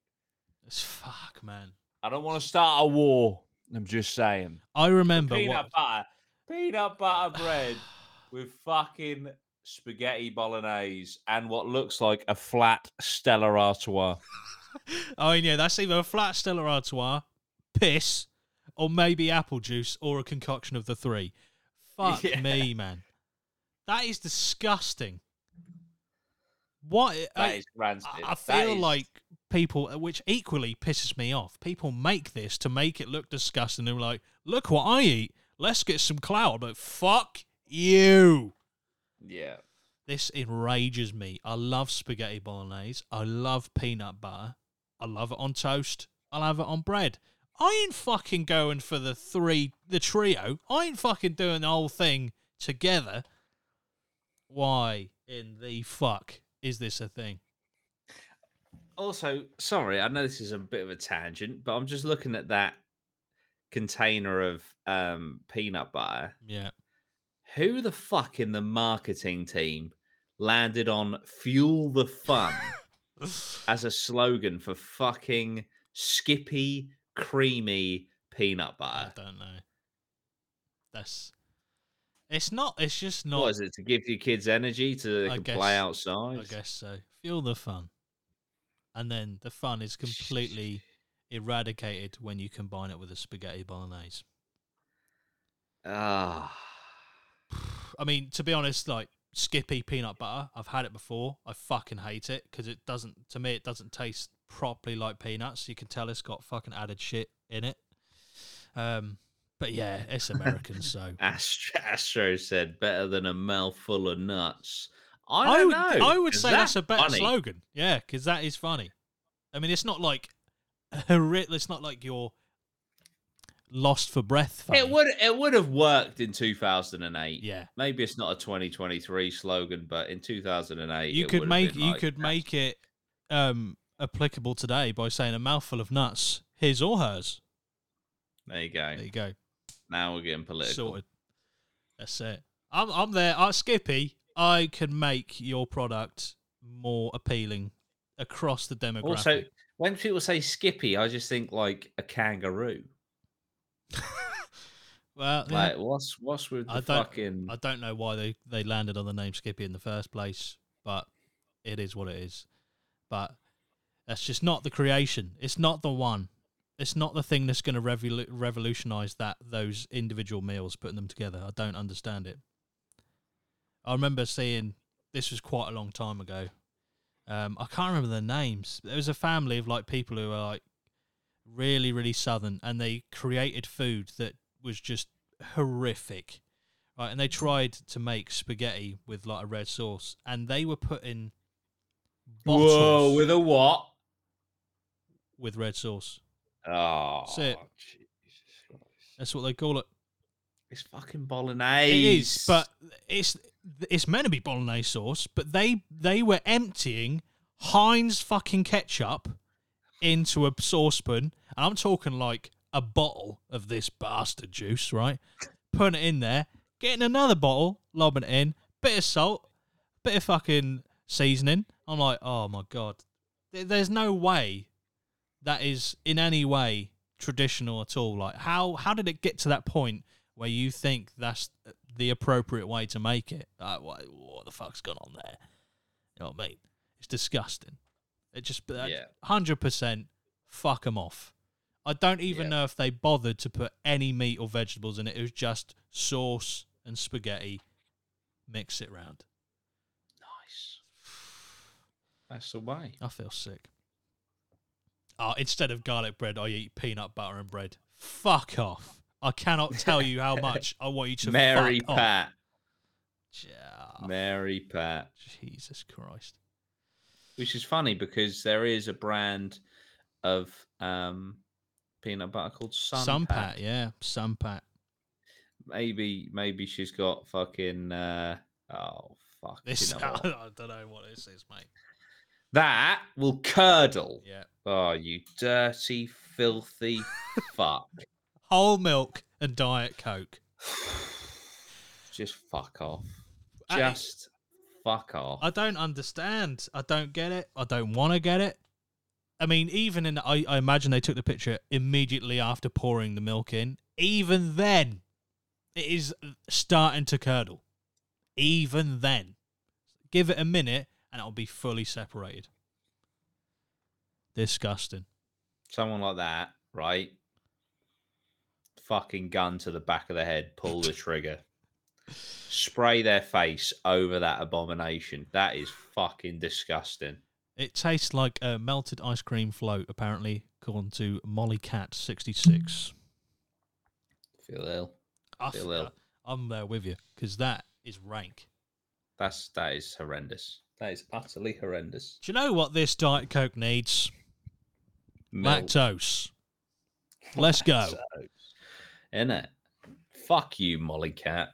S1: It's fuck, man.
S2: I don't want to start a war. I'm just saying.
S1: I remember what.
S2: peanut butter, peanut butter bread with fucking spaghetti bolognese and what looks like a flat Stella Artois.
S1: I mean, yeah, that's either a flat Stella Artois, piss, or maybe apple juice, or a concoction of the three. Fuck
S2: Yeah.
S1: me, man. That is disgusting. What? I,
S2: That is rancid.
S1: I- I
S2: That
S1: feel
S2: is-
S1: like people, uh, which equally pisses me off, people make this to make it look disgusting. They're like, look what I eat. Let's get some clout. But fuck you.
S2: yeah.
S1: This enrages me. I love spaghetti bolognese. I love peanut butter. I love it on toast. I'll have it on bread. I ain't fucking going for the three, the trio. I ain't fucking doing the whole thing together. Why in the fuck is this a thing?
S2: Also, sorry, I know this is a bit of a tangent, but I'm just looking at that container of um, peanut butter.
S1: Yeah.
S2: Who the fuck in the marketing team landed on "Fuel the Fun" as a slogan for fucking Skippy creamy peanut butter?
S1: I don't know. That's. It's not. It's just not.
S2: What is it to give your kids energy to they
S1: I
S2: can play
S1: guess-
S2: outside?
S1: I guess so. Fuel the fun. And then the fun is completely eradicated when you combine it with a spaghetti bolognese.
S2: Ah,
S1: I mean, to be honest, like Skippy peanut butter, I've had it before. I fucking hate it because it doesn't, to me, it doesn't taste properly like peanuts. You can tell it's got fucking added shit in it. Um, but yeah, it's American, so.
S2: Ast- Astro said better than a mouthful of nuts. I
S1: I
S2: don't
S1: would,
S2: know.
S1: I would
S2: 'cause
S1: say that's, a better
S2: funny.
S1: slogan. Yeah, because that is funny. I mean, it's not like horri- it's not like you're lost for breath. Funny.
S2: It would it would have worked in 2008.
S1: Yeah,
S2: Maybe it's not a 2023 slogan, but in 2008
S1: you
S2: it
S1: could
S2: would have
S1: make
S2: been
S1: you
S2: like,
S1: could
S2: "That's
S1: make it um applicable today by saying a mouthful of nuts, his or hers.
S2: There you go.
S1: There you go,
S2: Now we're getting political.
S1: sorted. That's it. I'm I'm there. I Skippy, I can make your product more appealing across the demographic.
S2: Also, when people say Skippy, I just think like a kangaroo.
S1: well, yeah.
S2: Like what's what's with the
S1: I don't-
S2: fucking
S1: I don't know why they, they landed on the name Skippy in the first place, but it is what it is. But that's just not the creation. It's not the one. It's not the thing that's going to revolu- revolutionize that those individual meals, putting them together. I don't understand it. I remember seeing this was quite a long time ago. Um, I can't remember their names. There was a family of like people who were like really, really southern, and they created food that was just horrific right? And they tried to make spaghetti with like a red sauce, and they were putting bottles
S2: Whoa,
S1: with-,
S2: with a what?
S1: red sauce.
S2: Oh,
S1: it.
S2: Jesus Christ.
S1: That's what they call it.
S2: It's fucking bolognese.
S1: It is, but it's it's meant to be bolognese sauce, but they they were emptying Heinz fucking ketchup into a saucepan, and I'm talking like a bottle of this bastard juice, right? Putting it in there, getting another bottle, lobbing it in, bit of salt, bit of fucking seasoning. I'm like, oh my god, There- there's no way that is in any way traditional at all. Like, how how did it get to that point where you think that's the appropriate way to make it? Like, what, what the fuck's gone on there? You know what I mean? It's disgusting. It just uh,
S2: Yeah.
S1: hundred percent fuck them off. I don't even
S2: Yeah.
S1: know if they bothered to put any meat or vegetables in it. It was just sauce and spaghetti. Mix it round.
S2: That's the way.
S1: I feel sick. Oh, instead of garlic bread, I eat peanut butter and bread. Fuck off. I cannot tell you how much I want you to
S2: Mary
S1: fuck off.
S2: Pat.
S1: Ja-
S2: Mary Pat.
S1: Jesus Christ.
S2: Which is funny because there is a brand of um, peanut butter called Sun,
S1: Sun
S2: Pat.
S1: pat, yeah. Sun pat.
S2: Maybe maybe she's got fucking uh, oh fuck. you
S1: This
S2: know
S1: I,
S2: what?
S1: don't know what this is, mate.
S2: That will curdle.
S1: Yeah.
S2: Oh, you dirty, filthy fuck.
S1: Whole milk and diet coke.
S2: Just fuck off.
S1: I-
S2: Just fuck off.
S1: I don't understand. I don't get it. I don't want to get it. I mean, even in I, I imagine they took the picture immediately after pouring the milk in. Even then, it is starting to curdle. Even then, give it a minute and it'll be fully separated. Disgusting.
S2: Someone like that, right? Fucking gun to the back of the head, pull the trigger. Spray their face over that abomination. That is fucking disgusting.
S1: It tastes like a melted ice cream float, apparently, according to Molly Cat sixty six.
S2: Feel ill. Feel ill.
S1: I'm there with you because that is rank.
S2: That's that is horrendous. That is utterly horrendous.
S1: Do you know what this Diet Coke needs?
S2: Milk.
S1: Lactose. Let's go.
S2: In it. Fuck you, Molly Cat.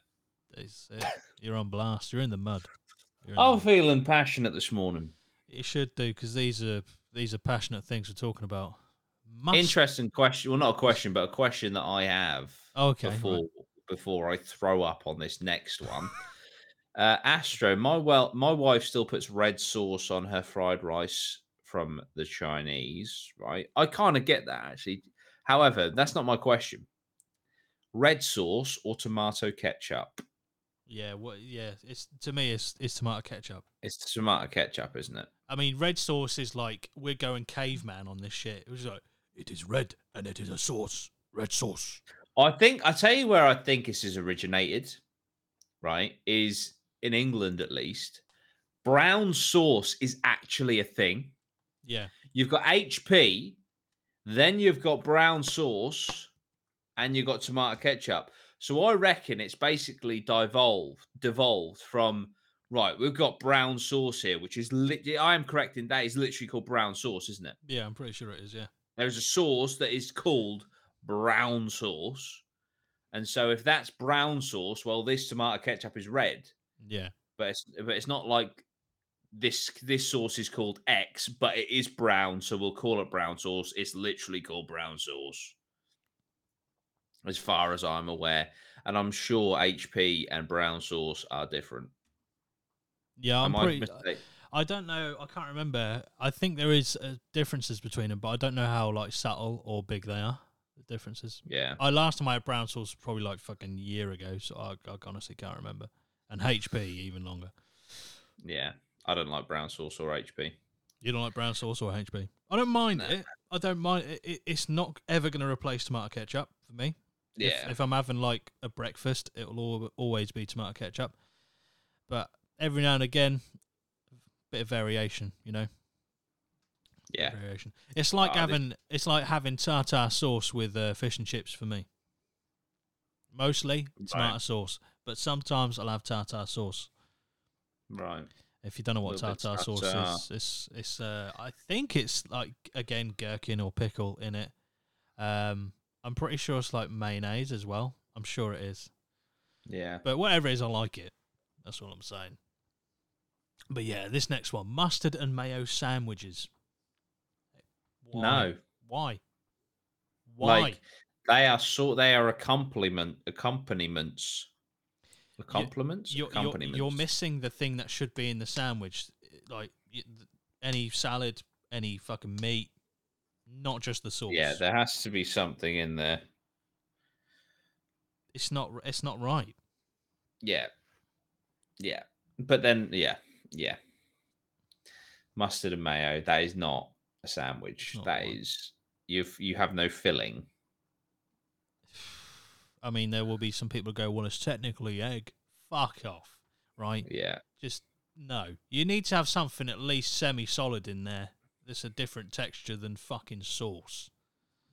S1: It's it. You're on blast. You're in the mud. You're in
S2: I'm
S1: the mud.
S2: feeling passionate this morning.
S1: You should do because these are these are passionate things we're talking about. Must-
S2: Interesting question. Well, not a question, but a question that I have
S1: Okay.
S2: before
S1: right.
S2: before I throw up on this next one. uh, Astro, my well, my wife still puts red sauce on her fried rice from the Chinese, right? I kind of get that actually. However, that's not my question. Red sauce or tomato ketchup?
S1: Yeah. What? Yeah. It's to me. It's it's tomato ketchup.
S2: It's tomato ketchup, isn't it?
S1: I mean, red sauce is like we're going caveman on this shit. It was like it is red and it is a sauce. Red sauce.
S2: I think I tell you where I think this is originated, right? Is in England at least. Brown sauce is actually a thing.
S1: Yeah.
S2: You've got HP, then you've got brown sauce, and you've got tomato ketchup. So I reckon it's basically devolved, devolved from right. We've got brown sauce here, which is lit I am correct in that is literally called brown sauce, isn't it?
S1: Yeah. I'm pretty sure it is. Yeah.
S2: There is a sauce that is called brown sauce, and so if that's brown sauce, well, this tomato ketchup is red,
S1: Yeah.
S2: but it's but it's not like this this sauce is called X, but it is brown, so we'll call it brown sauce. It's literally called brown sauce, as far as I'm aware, and I'm sure HP and brown sauce are different.
S1: Yeah. I'm
S2: Am I
S1: pretty. uh,
S2: mistake-
S1: I don't know. I can't remember. I think there is uh, differences between them, but I don't know how like subtle or big they are. The differences.
S2: yeah.
S1: I last time I had brown sauce was probably like fucking year ago, so I, I honestly can't remember. And HP even longer.
S2: Yeah, I don't like brown sauce or HP.
S1: You don't like brown sauce or HP? I don't mind
S2: No.
S1: it. I don't mind it. it. It's not ever going to replace tomato ketchup for me. If-
S2: Yeah,
S1: If, I'm having like a breakfast, it'll al- always be tomato ketchup. But every now and again, bit of variation, you know.
S2: yeah.
S1: variation. It's like
S2: Ah, this-
S1: having it's like having tartar sauce with uh, fish and chips for me. Mostly tomato sauce, but sometimes I'll have tartar sauce.
S2: Right.
S1: If you don't know what
S2: Little bit
S1: tartar sauce
S2: tartar.
S1: is, it's it's uh, I think it's like again gherkin or pickle in it. Um, I'm pretty sure it's like mayonnaise as well. I'm sure it is,
S2: Yeah.
S1: but whatever it is, I like it. That's all I'm saying. But yeah, this next one: mustard and mayo sandwiches. Why?
S2: No.
S1: Why? Why?
S2: Like they are sort they are accompaniment accompaniments. Accompaniments?
S1: you're, you're,
S2: accompaniments.
S1: you're missing the thing that should be in the sandwich. Like y- th- any salad, any fucking meat, not just the sauce.
S2: Yeah, there has to be something in there.
S1: it's not. r- It's not right.
S2: Yeah. Yeah. But then yeah, yeah. Mustard and mayo, that is not a sandwich.
S1: Not
S2: That
S1: one.
S2: is you've you have no filling.
S1: I mean, there will be some people who go, "Well, it's technically egg." Fuck off, right?
S2: Yeah.
S1: Just No, you need to have something at least semi-solid in there. That's a different texture than fucking sauce,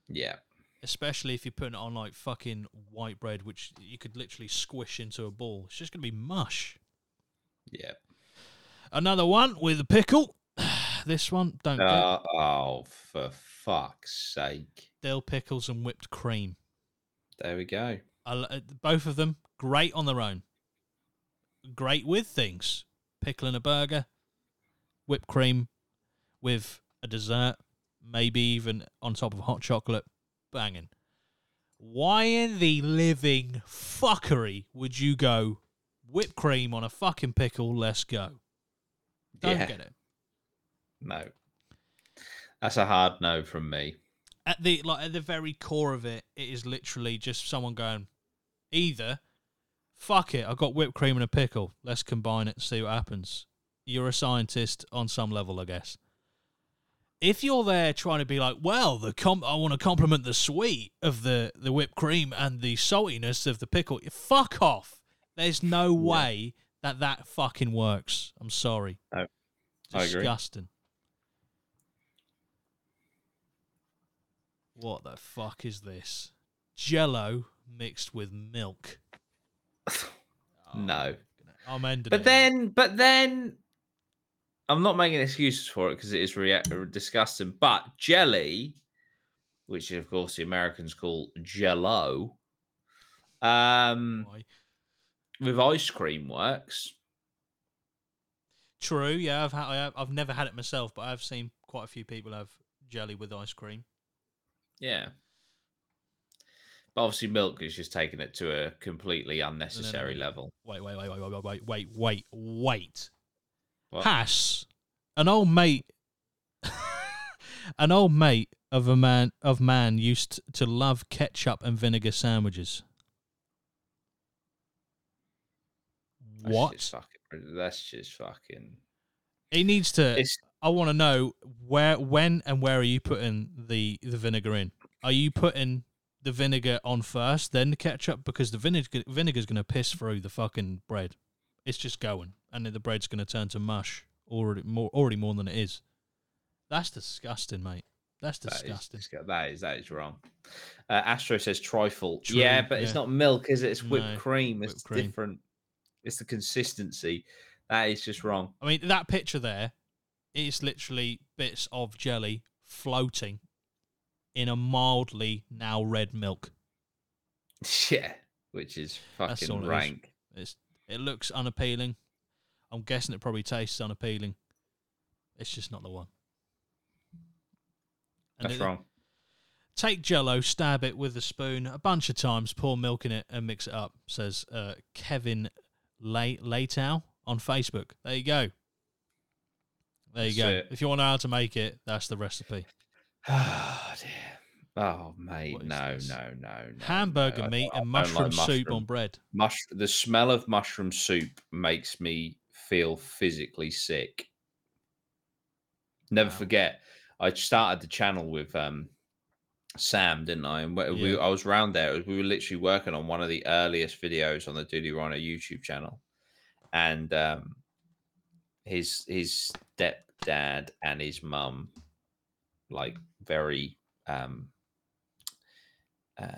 S2: Yeah.
S1: especially if you're putting it on like fucking white bread, which you could literally squish into a ball. It's just gonna be mush.
S2: Yeah.
S1: Another one with a pickle. this one don't get
S2: Oh, oh, for fuck's sake.
S1: dill pickles and whipped cream.
S2: There we go.
S1: I l- uh, both of them great on their own. Great with things. Pickle in a burger, whipped cream with a dessert, maybe even on top of hot chocolate. Banging. Why in the living fuckery would you go whipped cream on a fucking pickle? Let's go. Don't
S2: yeah.
S1: get it.
S2: No. That's a hard no from me.
S1: at the like at the very core of it, it is literally just someone going, either fuck it, I got whipped cream and a pickle. Let's combine it, and see what happens. You're a scientist on some level, I guess. If you're there trying to be like, well, the com- I want to compliment the sweet of the the whipped cream and the saltiness of the pickle. Fuck off. There's no
S2: Yeah.
S1: way that that fucking works. I'm sorry.
S2: No. Oh, I agree.
S1: Disgusting. What the fuck is this? Jello mixed with milk. Oh.
S2: no.
S1: I'm ending
S2: But
S1: it.
S2: then, but then, I'm not making excuses for it because it is rea- uh, disgusting. But jelly, which of course the Americans call Jello, um,
S1: Why?
S2: with ice cream works.
S1: True. Yeah, I've had. I have, I've never had it myself, but I've seen quite a few people have jelly with ice cream.
S2: Yeah. But obviously, milk is just taking it to a completely
S1: No, no, no, no,
S2: unnecessary
S1: no.
S2: level.
S1: Wait, wait, wait, wait, wait, wait, wait, wait, wait.
S2: What?
S1: Hass, an old mate, an old mate of a man of man used to love ketchup and vinegar sandwiches.
S2: That's
S1: What?
S2: just fucking- That's just fucking.
S1: He needs to.
S2: It's
S1: I want to know where, when, and where are you putting the the vinegar in? Are you putting the vinegar on first, then the ketchup? Because the vinegar vinegar's going to piss through the fucking bread. It's just going, and then the bread's going to turn to mush already more already more than it is. That's disgusting, mate. That's
S2: That is
S1: disgusting.
S2: disgu- That is that is wrong. Uh, Astro says trifle.
S1: True,
S2: yeah, but it's
S1: yeah.
S2: not milk, is it? It's whipped
S1: No,
S2: cream. It's
S1: whipped cream.
S2: different. It's the consistency. That is just wrong.
S1: I mean, that picture there is literally bits of jelly floating in a mildly now red milk.
S2: Yeah, which is
S1: That's all it
S2: fucking
S1: is.
S2: rank.
S1: It's it looks unappealing. I'm guessing it probably tastes unappealing. It's just not the one. And
S2: That's
S1: it-
S2: wrong.
S1: Take Jello, stab it with a spoon a bunch of times, pour milk in it, and mix it up. Says uh, Kevin Lay- Latow on Facebook. There you go. There you
S2: That's
S1: go.
S2: it.
S1: If you want to know how to make it, that's the recipe.
S2: Oh dear. Oh mate,
S1: What is
S2: no,
S1: this?
S2: no, no, no.
S1: Hamburger
S2: no. I-
S1: meat
S2: I
S1: and
S2: don't like
S1: mushroom, soup
S2: mushroom.
S1: on bread.
S2: Mush- the smell of mushroom soup makes me feel physically sick. Never
S1: Wow.
S2: forget, I started the channel with um, Sam, didn't I? And we, we,
S1: Yeah.
S2: I was round there. We were literally working on one of the earliest videos on the Doody Rhino YouTube channel, and um, his his stepdad and his mum, like very um, um,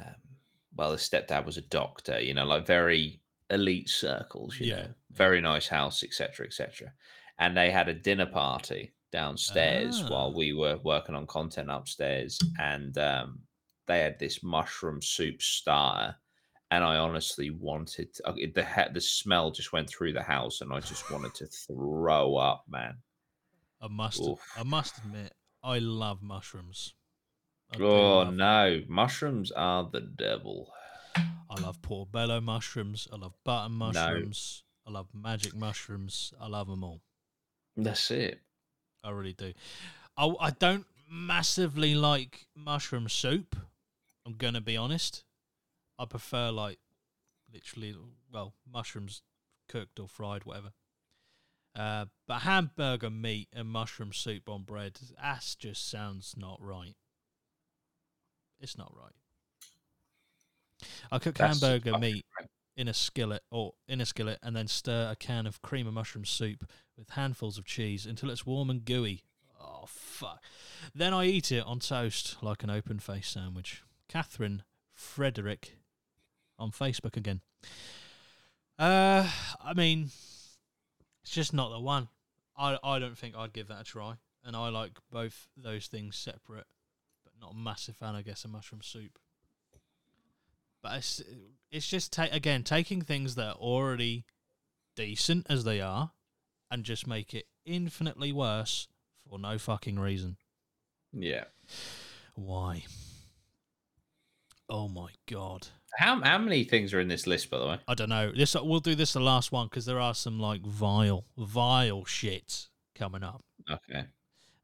S2: well, his stepdad was a doctor, you know, like very elite circles, you
S1: Yeah,
S2: know,
S1: yeah.
S2: very nice house, etc., etc. And they had a dinner party downstairs
S1: Ah.
S2: while we were working on content upstairs, and um, they had this mushroom soup starter. And I honestly wanted to, uh, it- the he- the smell just went through the house, and I just wanted to throw up, man.
S1: I must.
S2: Oof.
S1: I must admit, I love mushrooms. I do
S2: Oh
S1: love
S2: no, mushrooms are the devil.
S1: I love portobello mushrooms. I love button mushrooms. I love magic mushrooms. I love them all.
S2: That's it.
S1: I really do. I, I don't massively like mushroom soup. I'm going to be honest. I prefer, like, literally, well, mushrooms cooked or fried, whatever. Uh, but hamburger meat and mushroom soup on bread, that just sounds not right. It's not right. I cook
S2: That's just
S1: hamburger
S2: fucking
S1: meat in a skillet or in a skillet and then stir a can of cream and mushroom soup with handfuls of cheese until it's warm and gooey. Oh fuck. Then I eat it on toast like an open face sandwich. Catherine Frederick on Facebook again. Uh I mean it's just not the one. I I don't think I'd give that a try. And I like both those things separate, but not a massive fan, I guess, of mushroom soup. But it's it's just ta- again taking things that are already decent as they are, and just make it infinitely worse for no fucking reason.
S2: Yeah.
S1: Why? Oh my god!
S2: How how many things are in this list, by the way?
S1: I don't know. This we'll do this the last one because there are some like vile, vile shit coming up.
S2: Okay.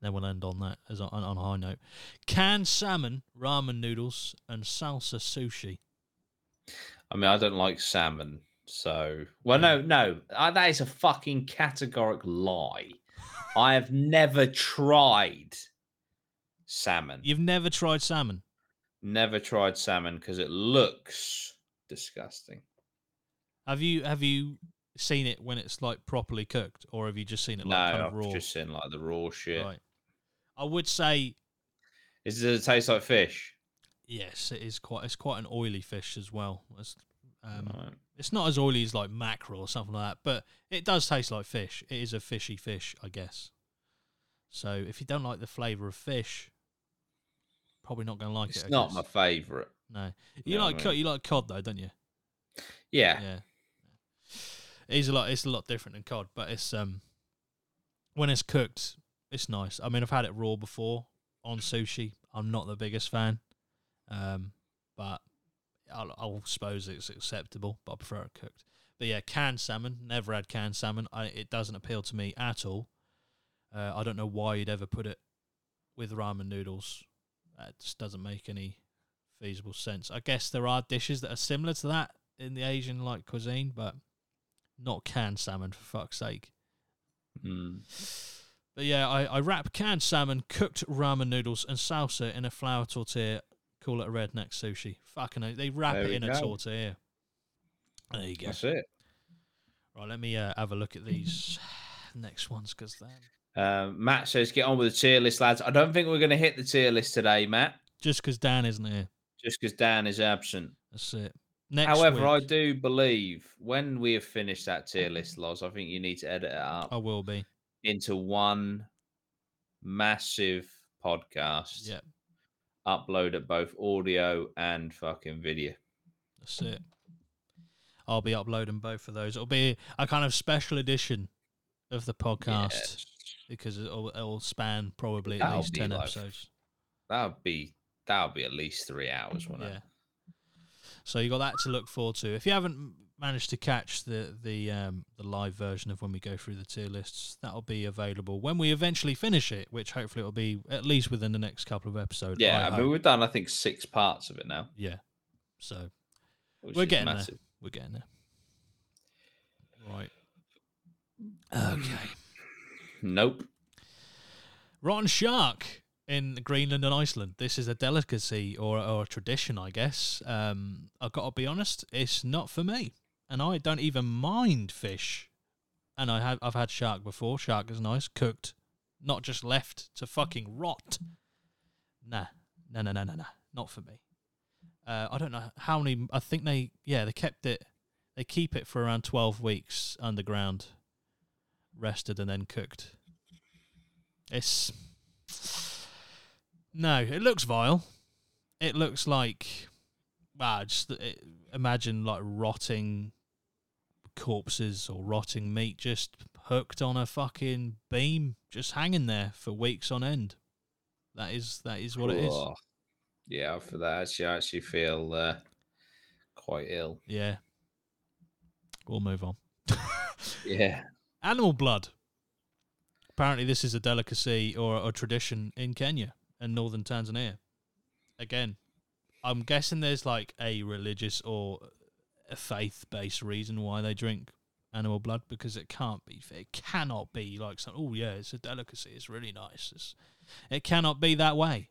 S1: Then we'll end on that as on, on a high note. Canned salmon, ramen noodles, and salsa sushi.
S2: I mean, I don't like salmon, so well, no, no, uh, that is a fucking categoric lie. I have never tried salmon.
S1: You've never tried salmon.
S2: Never tried salmon because it looks disgusting.
S1: Have you have you seen it when it's like properly cooked, or have you just seen it
S2: no,
S1: like kind of
S2: I've
S1: raw?
S2: just seen like the raw shit.
S1: Right. I would say
S2: Is does it taste like fish?
S1: yes, it is quite it's quite an oily fish as well. It's, um,
S2: Right.
S1: it's not as oily as like mackerel or something like that, but it does taste like fish. It is a fishy fish, I guess. So if you don't like the flavour of fish, probably not going to like
S2: It's
S1: it. I
S2: not
S1: guess.
S2: my favorite.
S1: no.
S2: know
S1: You
S2: what I
S1: like cod,
S2: mean?
S1: you like cod though, don't you?
S2: Yeah.
S1: yeah. It's a lot. It's a lot different than cod, but it's um, when it's cooked, it's nice. I mean, I've had it raw before on sushi. I'm not the biggest fan, um, but I'll, I'll suppose it's acceptable. But I prefer it cooked. But yeah, canned salmon. Never had canned salmon. I, it doesn't appeal to me at all. Uh, I don't know why you'd ever put it with ramen noodles. That just doesn't make any feasible sense. I guess there are dishes that are similar to that in the Asian like cuisine, but not canned salmon for fuck's sake.
S2: Mm.
S1: But yeah, I, I wrap canned salmon, cooked ramen noodles, and salsa in a flour tortilla. Call it a redneck sushi. Fucking, hell, they wrap
S2: There
S1: it
S2: we
S1: in a
S2: go.
S1: tortilla. There you go.
S2: That's it.
S1: Right, let me uh, have a look at these next ones because they're
S2: Um, Matt says, "Get on with the tier list, lads." I don't think we're going to hit the tier list today, Matt,
S1: just because Dan isn't here.
S2: just because Dan is absent.
S1: That's it. Next
S2: However, I
S1: week,
S2: do believe when we have finished that tier list, Loz, I think you need to edit it up
S1: I will be.
S2: into one massive podcast.
S1: Yeah,
S2: Upload at both audio and fucking video.
S1: that's it. I'll be uploading both of those. It'll be a kind of special edition of the podcast.
S2: Yes.
S1: because it'll, it'll span probably at
S2: That'll
S1: least
S2: be
S1: 10
S2: like-
S1: episodes.
S2: That'll be that'll be at least three hours, wouldn't
S1: Yeah.
S2: it?
S1: So you got that to look forward to. If you haven't m- managed to catch the the um, the live version of when we go through the tier lists, that'll be available when we eventually finish it, which hopefully it'll be at least within the next couple of episodes.
S2: Yeah,
S1: I
S2: I
S1: hope.
S2: mean we've done I think six parts of it now.
S1: yeah. So
S2: Which
S1: We're
S2: is
S1: getting there.
S2: massive.
S1: we're getting there. Right. Okay.
S2: Nope.
S1: Rotten shark in Greenland and Iceland. This is a delicacy or, or a tradition, I guess. Um, I've got to be honest, it's not for me, and I don't even mind fish. And I have I've had shark before. Shark is nice, cooked, not just left to fucking rot. Nah, no, no, no, no, no, not for me. Uh, I don't know how many. I think they yeah they kept it. They keep it for around twelve weeks underground, rested and then cooked. It's no, it looks vile. It looks like ah, just it, imagine like rotting corpses or rotting meat just hooked on a fucking beam, just hanging there for weeks on end. That is that is what it is.
S2: Oh, Yeah, for that actually I actually feel uh, quite ill.
S1: Yeah. We'll move on.
S2: Yeah.
S1: Animal blood. Apparently, this is a delicacy or a tradition in Kenya and northern Tanzania. Again, I'm guessing there's like a religious or a faith-based reason why they drink animal blood because it can't be. It cannot be like some. Oh yeah, it's a delicacy. It's really nice. It's, it cannot be that way.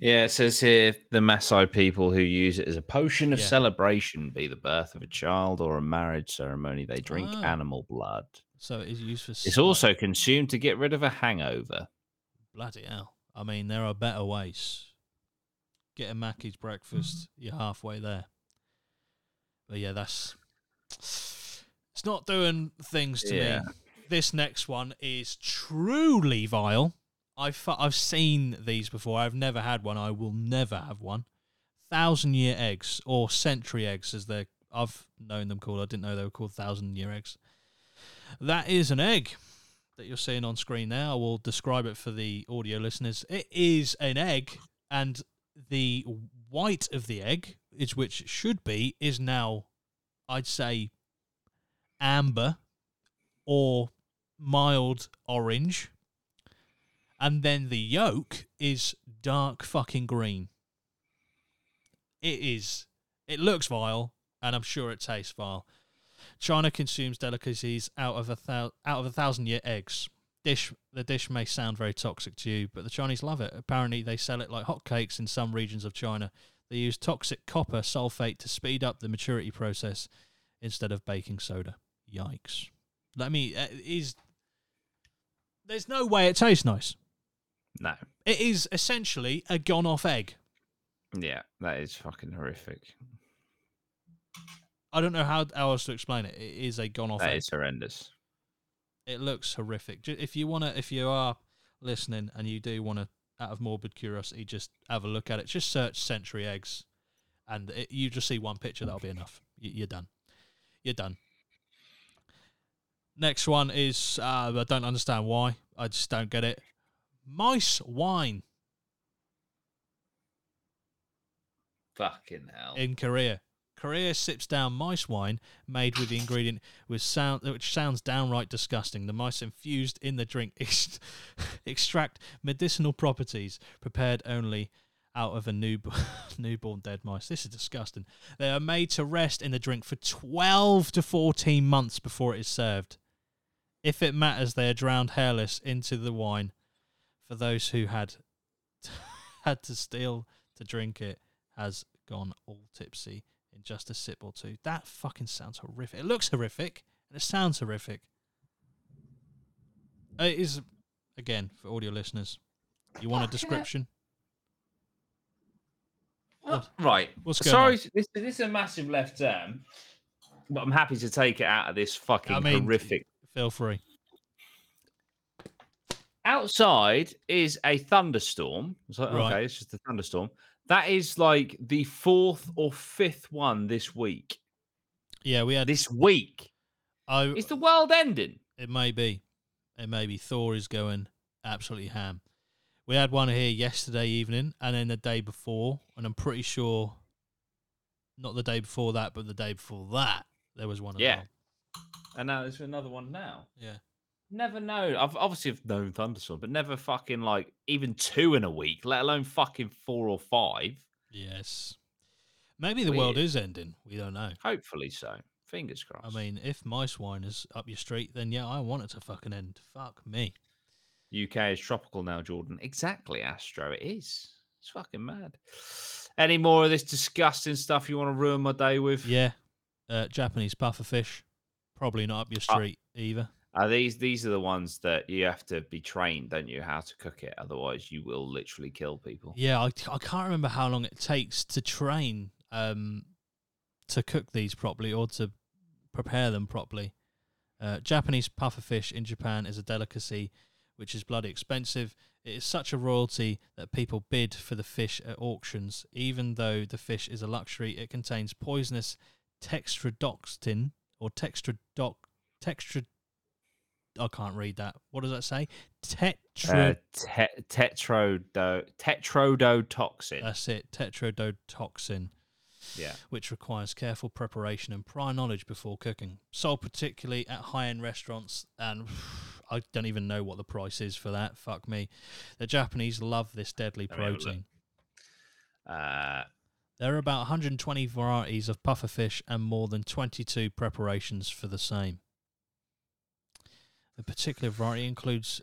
S2: Yeah, it says here the Maasai people who use it as a potion of
S1: Yeah.
S2: celebration, be the birth of a child or a marriage ceremony. They drink
S1: Ah.
S2: animal blood.
S1: So it is used for.
S2: It's also consumed to get rid of a hangover.
S1: bloody hell. I mean, there are better ways. Get a Mackey's breakfast. You're halfway there. But yeah, that's it's not doing things to
S2: Yeah.
S1: me. This next one is truly vile. I've fu- I've seen these before. I've never had one. I will never have one. Thousand year eggs or century eggs, as they're I've known them called. I didn't know they were called thousand year eggs. That is an egg that you're seeing on screen now. I will describe it for the audio listeners. It is an egg, and the white of the egg, is which it should be, is now, I'd say, amber or mild orange. And then the yolk is dark fucking green. It is. It looks vile, and I'm sure it tastes vile. China consumes delicacies out of a thou- out of a thousand year eggs. Dish the dish may sound very toxic to you, but the Chinese love it. Apparently, they sell it like hotcakes in some regions of China. They use toxic copper sulfate to speed up the maturity process instead of baking soda. Yikes! Let me uh, is there's no way it tastes nice.
S2: No.
S1: It is essentially a gone off egg.
S2: Yeah, that is fucking horrific.
S1: I don't know how else to explain it. It is a gone off
S2: That
S1: egg.
S2: is horrendous.
S1: it looks horrific. Ju- If you want to, if you are listening and you do want to, out of morbid curiosity, just have a look at it. Just search century eggs, and it, you just see one picture. That'll be enough. You, you're done. You're done. Next one is uh, I don't understand why. I just don't get it. Mice wine
S2: Fucking hell.
S1: in Korea. Korea sips down mice wine made with the ingredient with sound, which sounds downright disgusting. The mice infused in the drink ex- extract medicinal properties prepared only out of a new, newborn dead mice. This is disgusting. They are made to rest in the drink for 12 to 14 months before it is served. If it matters, they are drowned hairless into the wine for those who had had to steal to drink it has gone all tipsy in just a sip or two. That fucking sounds horrific. It looks horrific and it sounds horrific. Uh, It is, again, for audio listeners. You want a
S2: Fucking hell.
S1: description?
S2: What? Right.
S1: What's going
S2: Sorry,
S1: on?
S2: this, this is a massive left turn, but I'm happy to take it out of this fucking
S1: mean-
S2: horrific.
S1: Feel free.
S2: Outside is a thunderstorm. It's like,
S1: Right.
S2: okay, it's just a thunderstorm. That is like the fourth or fifth one this week.
S1: Yeah, we had.
S2: This week.
S1: I,
S2: Is the world ending?
S1: It may be. It may be. Thor is going absolutely ham. We had one here yesterday evening and then the day before, and I'm pretty sure not the day before that, but the day before that, there was one as
S2: Yeah.
S1: well.
S2: And now there's another one now.
S1: Yeah.
S2: Never known. I've obviously have known thunderstorm, but never fucking like even two in a week, let alone fucking four or five.
S1: Yes. Maybe the world
S2: Weird.
S1: is ending. We don't know.
S2: Hopefully so. Fingers
S1: I
S2: crossed.
S1: mean, if mice wine is up your street, then yeah, I want it to fucking end. Fuck me.
S2: UK is tropical now, Jordan. Exactly, Astro. It is. It's fucking mad. Any more of this disgusting stuff you want to ruin my day with?
S1: Yeah. Uh, Japanese pufferfish. Probably not up your street either.
S2: Are these these are the ones that you have to be trained, don't you, how to cook it? Otherwise, you will literally kill people.
S1: Yeah, I, I can't remember how long it takes to train um, to cook these properly or to prepare them properly. Uh, Japanese pufferfish in Japan is a delicacy which is bloody expensive. It is such a royalty that people bid for the fish at auctions. Even though the fish is a luxury, it contains poisonous textrodotoxin or textrodoc textra. I can't read that. What does that say? Tetra.
S2: Uh, te- tetrodo tetrodotoxin.
S1: That's it, tetrodotoxin.
S2: Yeah.
S1: Which requires careful preparation and prior knowledge before cooking. Sold particularly at high end restaurants, and I don't even know what the price is for that. Fuck me. The Japanese love this deadly
S2: Let me have a look.
S1: protein.
S2: uh,
S1: There are about 120 varieties of pufferfish and more than 22 preparations for the same. A particular variety includes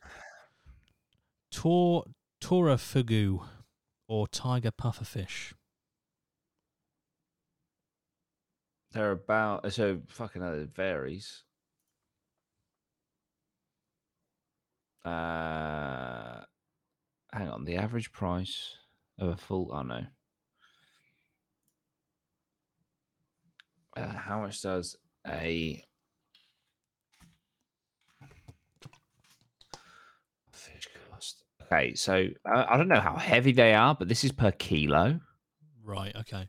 S1: tor- torafugu, or tiger pufferfish?
S2: They're about uh, so fucking hell, it varies. Uh hang on, the average price of a full oh no. Uh, how much does a fish cost? Okay, so uh, I, I don't know how heavy they are, but this is per kilo.
S1: Right. Okay.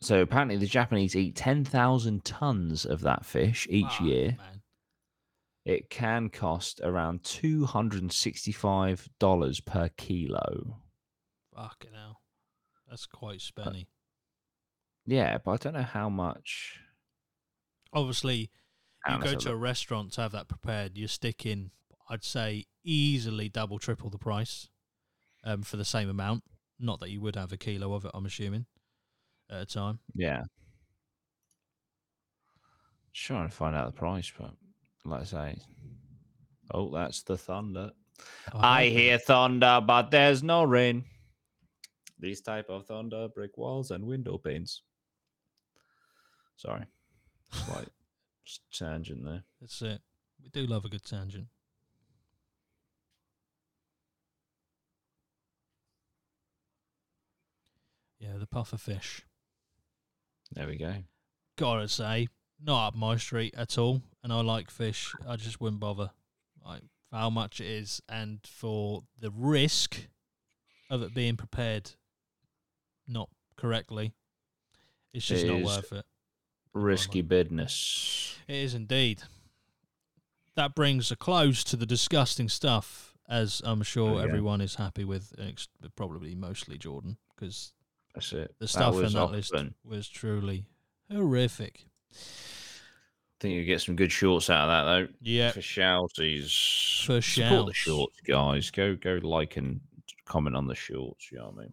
S2: So apparently, the Japanese eat 10,000 tons of that fish each
S1: Fuck,
S2: year.
S1: man.
S2: It can cost around $265 per kilo.
S1: Fucking hell. That's quite spenny.
S2: Yeah, but I don't know how much.
S1: Obviously,
S2: hang
S1: you
S2: on, let's
S1: go
S2: have a
S1: to a
S2: look.
S1: restaurant to have that prepared, you're sticking, I'd say, easily double, triple the price um, for the same amount. Not that you would have a kilo of it, I'm assuming, at a time.
S2: Yeah. Trying to find out the price, but like I say. Oh, that's the thunder. I
S1: hope-
S2: hear thunder, but there's no rain. These type of thunder break walls and window panes. Sorry, slight s- tangent there.
S1: That's it. We do love a good tangent. Yeah, the puffer fish.
S2: There we go.
S1: Gotta say, not up my street at all. And I like fish. I just wouldn't bother. Like for how much it is, and for the risk of it being prepared not correctly, it's just
S2: It
S1: not
S2: is-
S1: worth it.
S2: Risky business.
S1: It is indeed. That brings a close to the disgusting stuff, as I'm sure
S2: Oh, yeah.
S1: everyone is happy with, and ex- probably mostly Jordan, because
S2: That's it.
S1: the stuff in
S2: was
S1: that list
S2: often.
S1: was truly horrific.
S2: think you get some good shorts out of that though.
S1: Yeah,
S2: For shouties.
S1: For
S2: Support the
S1: shouts.
S2: shorts, guys. Go go like and comment on the shorts. You know what I mean?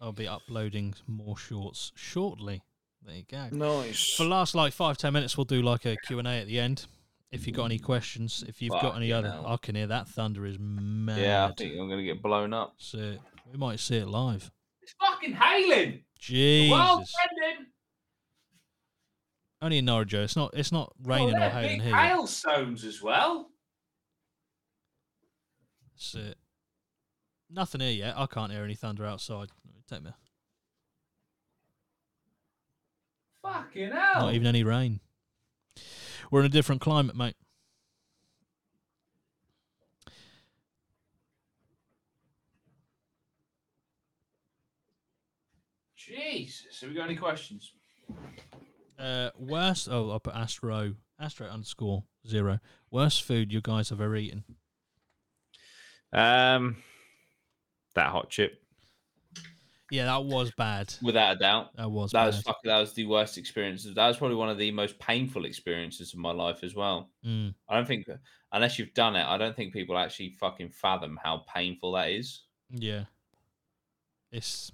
S1: I'll be uploading more shorts shortly. There you go.
S2: Nice.
S1: For the last like five ten minutes, we'll do like a Q and A at the end. If you've got any questions, if you've got any
S2: Fucking
S1: other,
S2: hell.
S1: I can hear that thunder is mad.
S2: Yeah, I think I'm gonna get blown up.
S1: so we might see it live.
S2: It's fucking hailing.
S1: Jesus.
S2: ending.
S1: Only in Norwich. It's not. It's not raining or hailing here. yet.
S2: hailstones as well.
S1: It's, uh, nothing here yet. I can't hear any thunder outside. Take me.
S2: Fucking hell.
S1: Not even any rain. We're in a different climate, mate.
S2: Jesus. Have we got any questions?
S1: Uh, worst. Oh, I'll put Astro. Astro underscore zero. Worst food you guys have ever eaten.
S2: Um, that hot chip,
S1: Yeah, that was bad.
S2: without a doubt.
S1: That was.
S2: That
S1: bad.
S2: was fucking, that was the worst experience. That was probably one of the most painful experiences of my life as well.
S1: Mm.
S2: I don't think unless you've done it, I don't think people actually fucking fathom how painful that is.
S1: Yeah. It's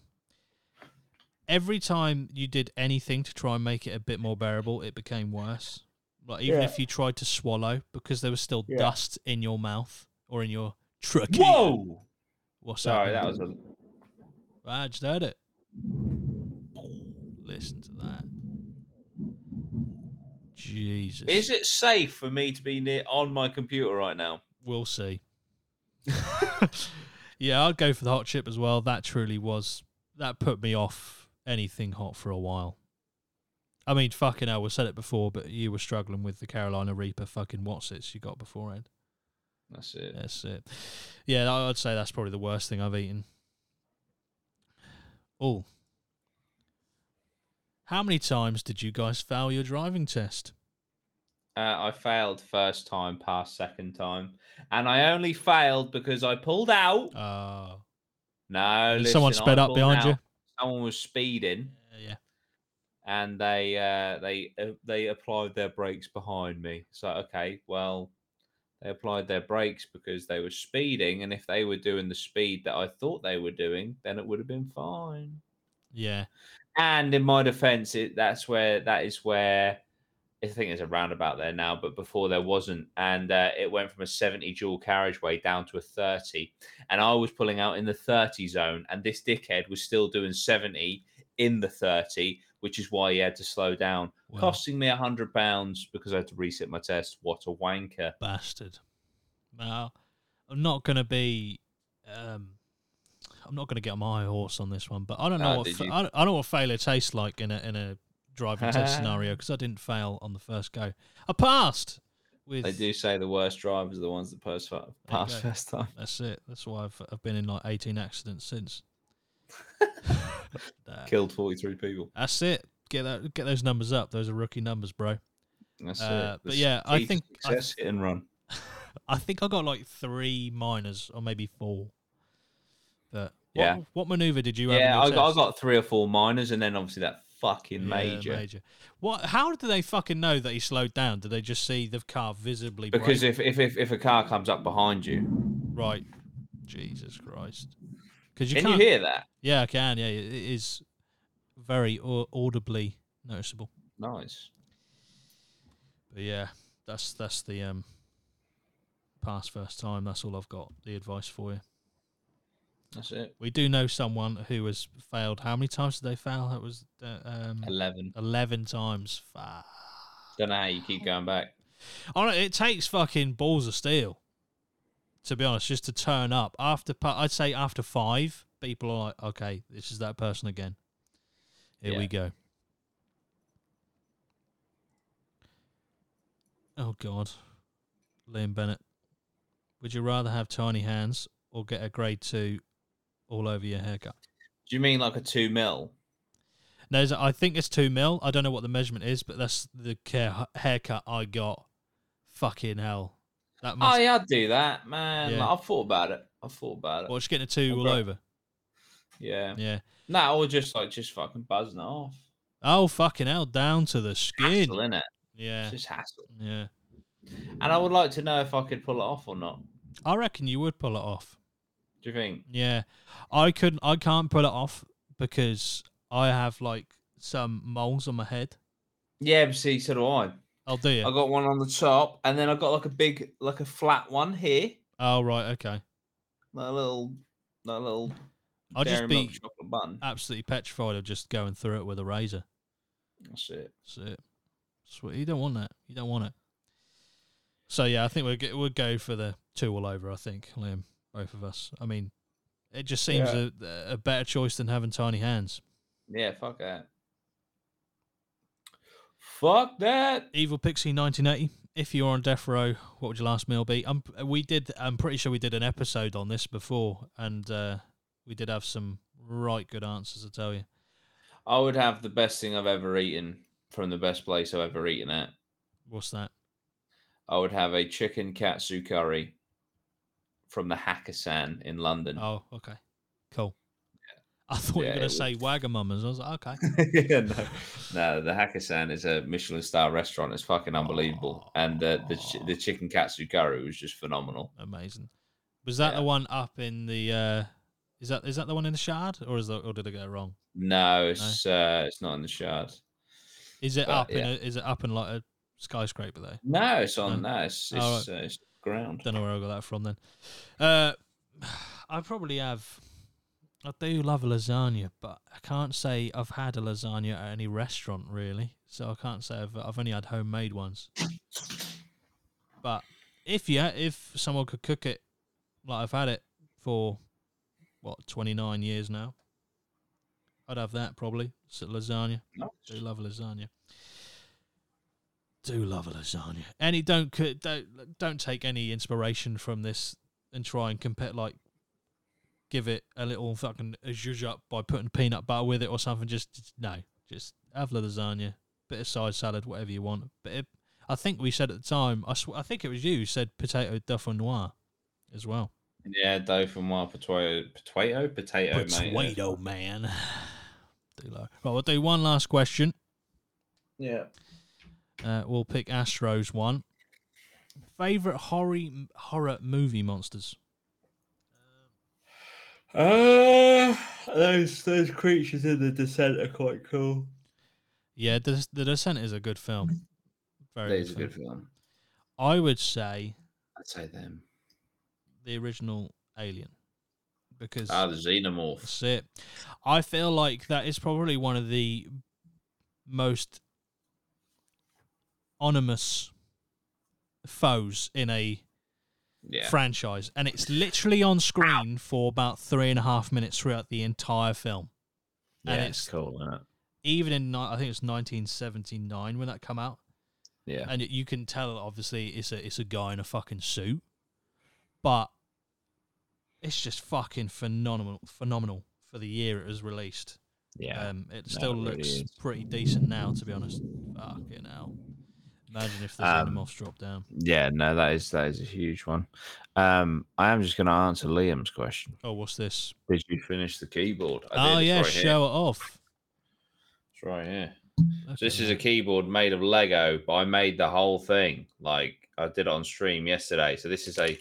S1: every time you did anything to try and make it a bit more bearable, it became worse. Like even
S2: Yeah.
S1: if you tried to swallow because there was still
S2: Yeah.
S1: dust in your mouth or in your trachea.
S2: Whoa!
S1: What's
S2: Sorry, that
S1: happened?
S2: was a
S1: I just heard it. Listen to that. Jesus.
S2: Is it safe for me to be near on my computer right now?
S1: We'll see. yeah, I'd go for the hot chip as well. That truly was that put me off anything hot for a while. I mean, fucking hell, we said it before, but you were struggling with the Carolina Reaper fucking what's its you got beforehand.
S2: That's it.
S1: That's it. Yeah, I- I'd say that's probably the worst thing I've eaten. Oh. How many times did you guys fail your driving test?
S2: Uh, I failed first time, passed second time, and I only failed because I pulled out.
S1: Uh,
S2: No,
S1: Did someone
S2: listen, I
S1: sped up
S2: pulled
S1: behind you?
S2: out. Someone was speeding,
S1: yeah.
S2: and they uh, they uh, they applied their brakes behind me. So okay, well, they applied their brakes because they were speeding, and if they were doing the speed that I thought they were doing, then it would have been fine.
S1: Yeah.
S2: And in my defense, it, that's where that is where I think there's a roundabout there now, but before there wasn't. And uh, it went from a 70 dual carriageway down to a 30. And I was pulling out in the 30 zone, and this dickhead was still doing 70 in the 30, which is why he had to slow down,
S1: Well,
S2: costing me a £100 because I had to reset my test. What a wanker.
S1: bastard. Now, I'm not going to be. Um, I'm not going to get on my horse on this one, but I don't know
S2: Ah,
S1: what
S2: did
S1: fa-
S2: you?
S1: I, don't, I know what failure tastes like in a in a driving test scenario because I didn't fail on the first go. I passed with.
S2: They do say the worst drivers are the ones that pass, fi- pass
S1: go.
S2: first time.
S1: That's it. That's why I've I've been in like 18 accidents since. Nah.
S2: Killed 43 people.
S1: That's it. Get that. Get those numbers up. Those are rookie numbers, bro.
S2: That's
S1: Uh,
S2: it.
S1: but
S2: The
S1: yeah, I
S2: key to
S1: think- I-
S2: success, hit and run.
S1: I think I got like three minors or maybe four. But what,
S2: Yeah.
S1: what maneuver did you have? in
S2: Yeah,
S1: your
S2: I got, I
S1: test?
S2: got three or four minors, and then obviously that fucking
S1: Yeah,
S2: major.
S1: What? How do they fucking know that he slowed down? Did they just see the car visibly? brake?
S2: Because if, if if if a car comes up behind you,
S1: right, Jesus Christ! Because you
S2: can you
S1: can't.
S2: hear that?
S1: Yeah, I can. Yeah, it it is very au- audibly noticeable.
S2: Nice.
S1: But yeah, that's that's the um past first time. That's all I've got. The advice for you.
S2: That's it.
S1: We do know someone who has failed. How many times did they fail? That was uh, um,
S2: Eleven.
S1: eleven times. Fuck.
S2: Don't know how you keep going back.
S1: All right, it takes fucking balls of steel. To be honest, just to turn up after, pa- I'd say after five, people are like, okay, this is that person again. Here we
S2: Yeah.
S1: go. Oh God, Liam Bennett, would you rather have tiny hands or get a grade two all over your haircut?
S2: Do you mean like a two mil?
S1: No, is it- I think it's two mil. I don't know what the measurement is, but that's the care- haircut I got. Fucking hell, that must
S2: Oh yeah, I'd do that, man.
S1: Yeah.
S2: Like, I've thought about it. I've thought about it.
S1: Well, just getting a two all
S2: bro.
S1: over.
S2: Yeah.
S1: Yeah.
S2: No, or just like just fucking buzzing it off.
S1: Oh fucking hell, down to the skin.
S2: Hassle, innit?
S1: Yeah. Mm.
S2: It's just hassle.
S1: Yeah.
S2: And I would like to know if I could pull it off or not.
S1: I reckon you would pull it off.
S2: Do you think?
S1: Yeah. I couldn't I can't pull it off because I have like some moles on my head.
S2: Yeah, but see, so do I.
S1: Oh do you?
S2: I got one on the top, and then I got like a big, like a flat one here,
S1: Oh right, okay.
S2: like a little, like a little
S1: I'll just
S2: dairy milk
S1: be
S2: chocolate bun.
S1: absolutely petrified of just going through it with a razor.
S2: That's it.
S1: That's it. That's what- you don't want that. You don't want it. So yeah, I think we'll go, we'll go for the two all over. I think Liam, both of us. I mean, it just seems a, a better choice than having tiny hands.
S2: Yeah, fuck that. Fuck that.
S1: Evil Pixie 1980. If you were on death row, what would your last meal be? Um, we did. I'm pretty sure we did an episode on this before, and uh, we did have some right good answers. I tell you.
S2: I would have the best thing I've ever eaten from the best place I've ever eaten at.
S1: What's that?
S2: I would have a chicken katsu curry from the Hakkasan in London.
S1: Oh, okay, cool. I thought you
S2: Yeah,
S1: were going
S2: it
S1: to say Wagamamas. I was like, okay.
S2: yeah, no, no, the Hakkasan is a Michelin star restaurant. It's fucking unbelievable, and uh, the chi- the chicken katsu curry was just phenomenal.
S1: Amazing. Was that
S2: Yeah.
S1: the one up in the? Uh, is that is that the one in the shard, or is that or did it go wrong?
S2: No, it's uh, it's not in the shard.
S1: Is it
S2: But,
S1: up in?
S2: Uh, yeah.
S1: A, is it up in like a skyscraper though?
S2: No, it's on. No, it's
S1: All
S2: it's, uh, it's ground.
S1: Don't know where I got that from then. Uh, I probably have. I do love a lasagna, but I can't say I've had a lasagna at any restaurant really. So I can't say I've I've only had homemade ones. But if you if someone could cook it, like I've had it for what twenty nine years now, I'd have that probably. So lasagna.
S2: No,
S1: Do love a lasagna. Do love a lasagna. Any don't co- don't don't take any inspiration from this and try and compare like give it a little fucking zhuzh up by putting peanut butter with it or something. Just just- no, just have the lasagna, bit of side salad, whatever you want. But it, I think we said at the time, I sw- I think it was you who said potato duffel noir as well.
S2: Yeah, dough from wild potato, potato, potato, mate.
S1: Potato man. do love. Right, we'll do one last question.
S2: Yeah.
S1: Uh, we'll pick Astros one. Favorite horror horror movie monsters.
S2: Uh, those those creatures in the descent are quite cool.
S1: Yeah, the, the Descent is a good film. Very
S2: That is a
S1: film.
S2: good film.
S1: I would say
S2: I'd say them.
S1: the original Alien because
S2: Ah, the Xenomorph.
S1: that's it. I feel like that is probably one of the most ominous foes in a
S2: Yeah.
S1: franchise, and it's literally on screen for about three and a half minutes throughout the entire film.
S2: yeah,
S1: and it's-
S2: it's cool, isn't it?
S1: Even in ni- I think it's 1979 when that come out,
S2: Yeah.
S1: and you can tell obviously it's a it's a guy in a fucking suit, but it's just fucking phenomenal, phenomenal for the year it was released.
S2: Yeah.
S1: Um, it
S2: No,
S1: still
S2: it really
S1: looks
S2: is.
S1: pretty decent now, to be honest. Fucking hell! Imagine if the
S2: Um,
S1: Xenomorphs dropped down.
S2: yeah, no, that is that is a huge one. Um, I am just gonna answer Liam's question.
S1: Oh, what's this?
S2: Did you finish the keyboard? I
S1: oh
S2: did, it's
S1: yeah,
S2: right here.
S1: show it off.
S2: It's right here.
S1: Look
S2: So this
S1: at
S2: is
S1: that.
S2: a keyboard made of Lego, but I made the whole thing. Like I did it on stream yesterday. So this is a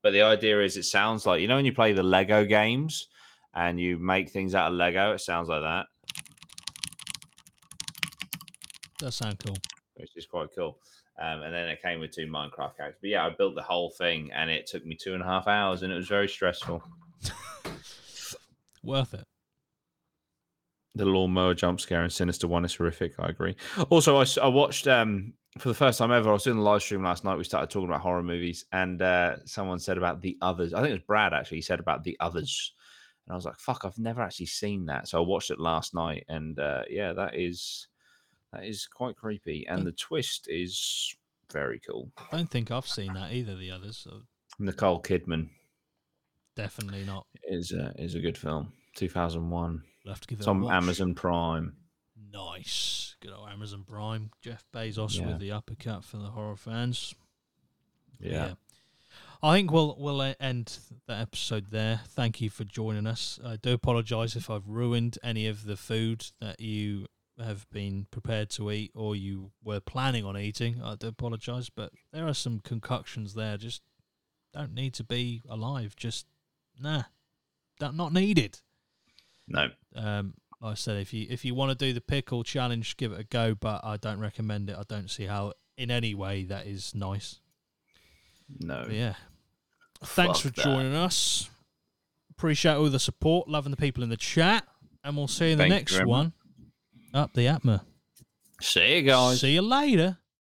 S2: but the idea is it sounds like you know when you play the Lego games and you make things out of Lego, it sounds like that,
S1: Does sound cool.
S2: which is quite cool. Um, and then it came with two Minecraft characters. But yeah, I built the whole thing and it took me two and a half hours and it was very stressful.
S1: Worth it.
S2: The lawnmower jump scare and Sinister One is horrific. I agree. Also, I, s- I watched um, for the first time ever. I was doing the live stream last night. We started talking about horror movies, and uh, someone said about the others. I think it was Brad actually. He said about the others, and I was like, "Fuck, I've never actually seen that." So I watched it last night, and uh, yeah, that is that is quite creepy,
S1: Mm.
S2: and the twist is very cool.
S1: Don't think I've seen that either. The others, so
S2: Nicole Kidman
S1: definitely not.
S2: is a, is a good film. Two thousand one.
S1: We'll have to give it
S2: It's
S1: a
S2: on
S1: watch.
S2: Amazon Prime.
S1: Nice, good old Amazon Prime. Jeff Bezos
S2: Yeah.
S1: with the uppercut for the horror fans.
S2: Yeah.
S1: I think we'll we'll uh, end that episode there. Thank you for joining us. I do apologise if I've ruined any of the food that you have been prepared to eat or you were planning on eating. I do apologise, but there are some concoctions there. Just don't need to be alive. Just nah, that not needed.
S2: No.
S1: Um, like I said if you if you want to do the pickle challenge, give it a go. But I don't recommend it. I don't see how in any way that is nice.
S2: No.
S1: But yeah. Thanks
S2: Oh. Fuck
S1: for
S2: that.
S1: joining us. Appreciate all the support, loving the people in the chat, and we'll see you in the
S2: Thank you
S1: next
S2: very
S1: one. Up the Atma.
S2: See you guys.
S1: See you later.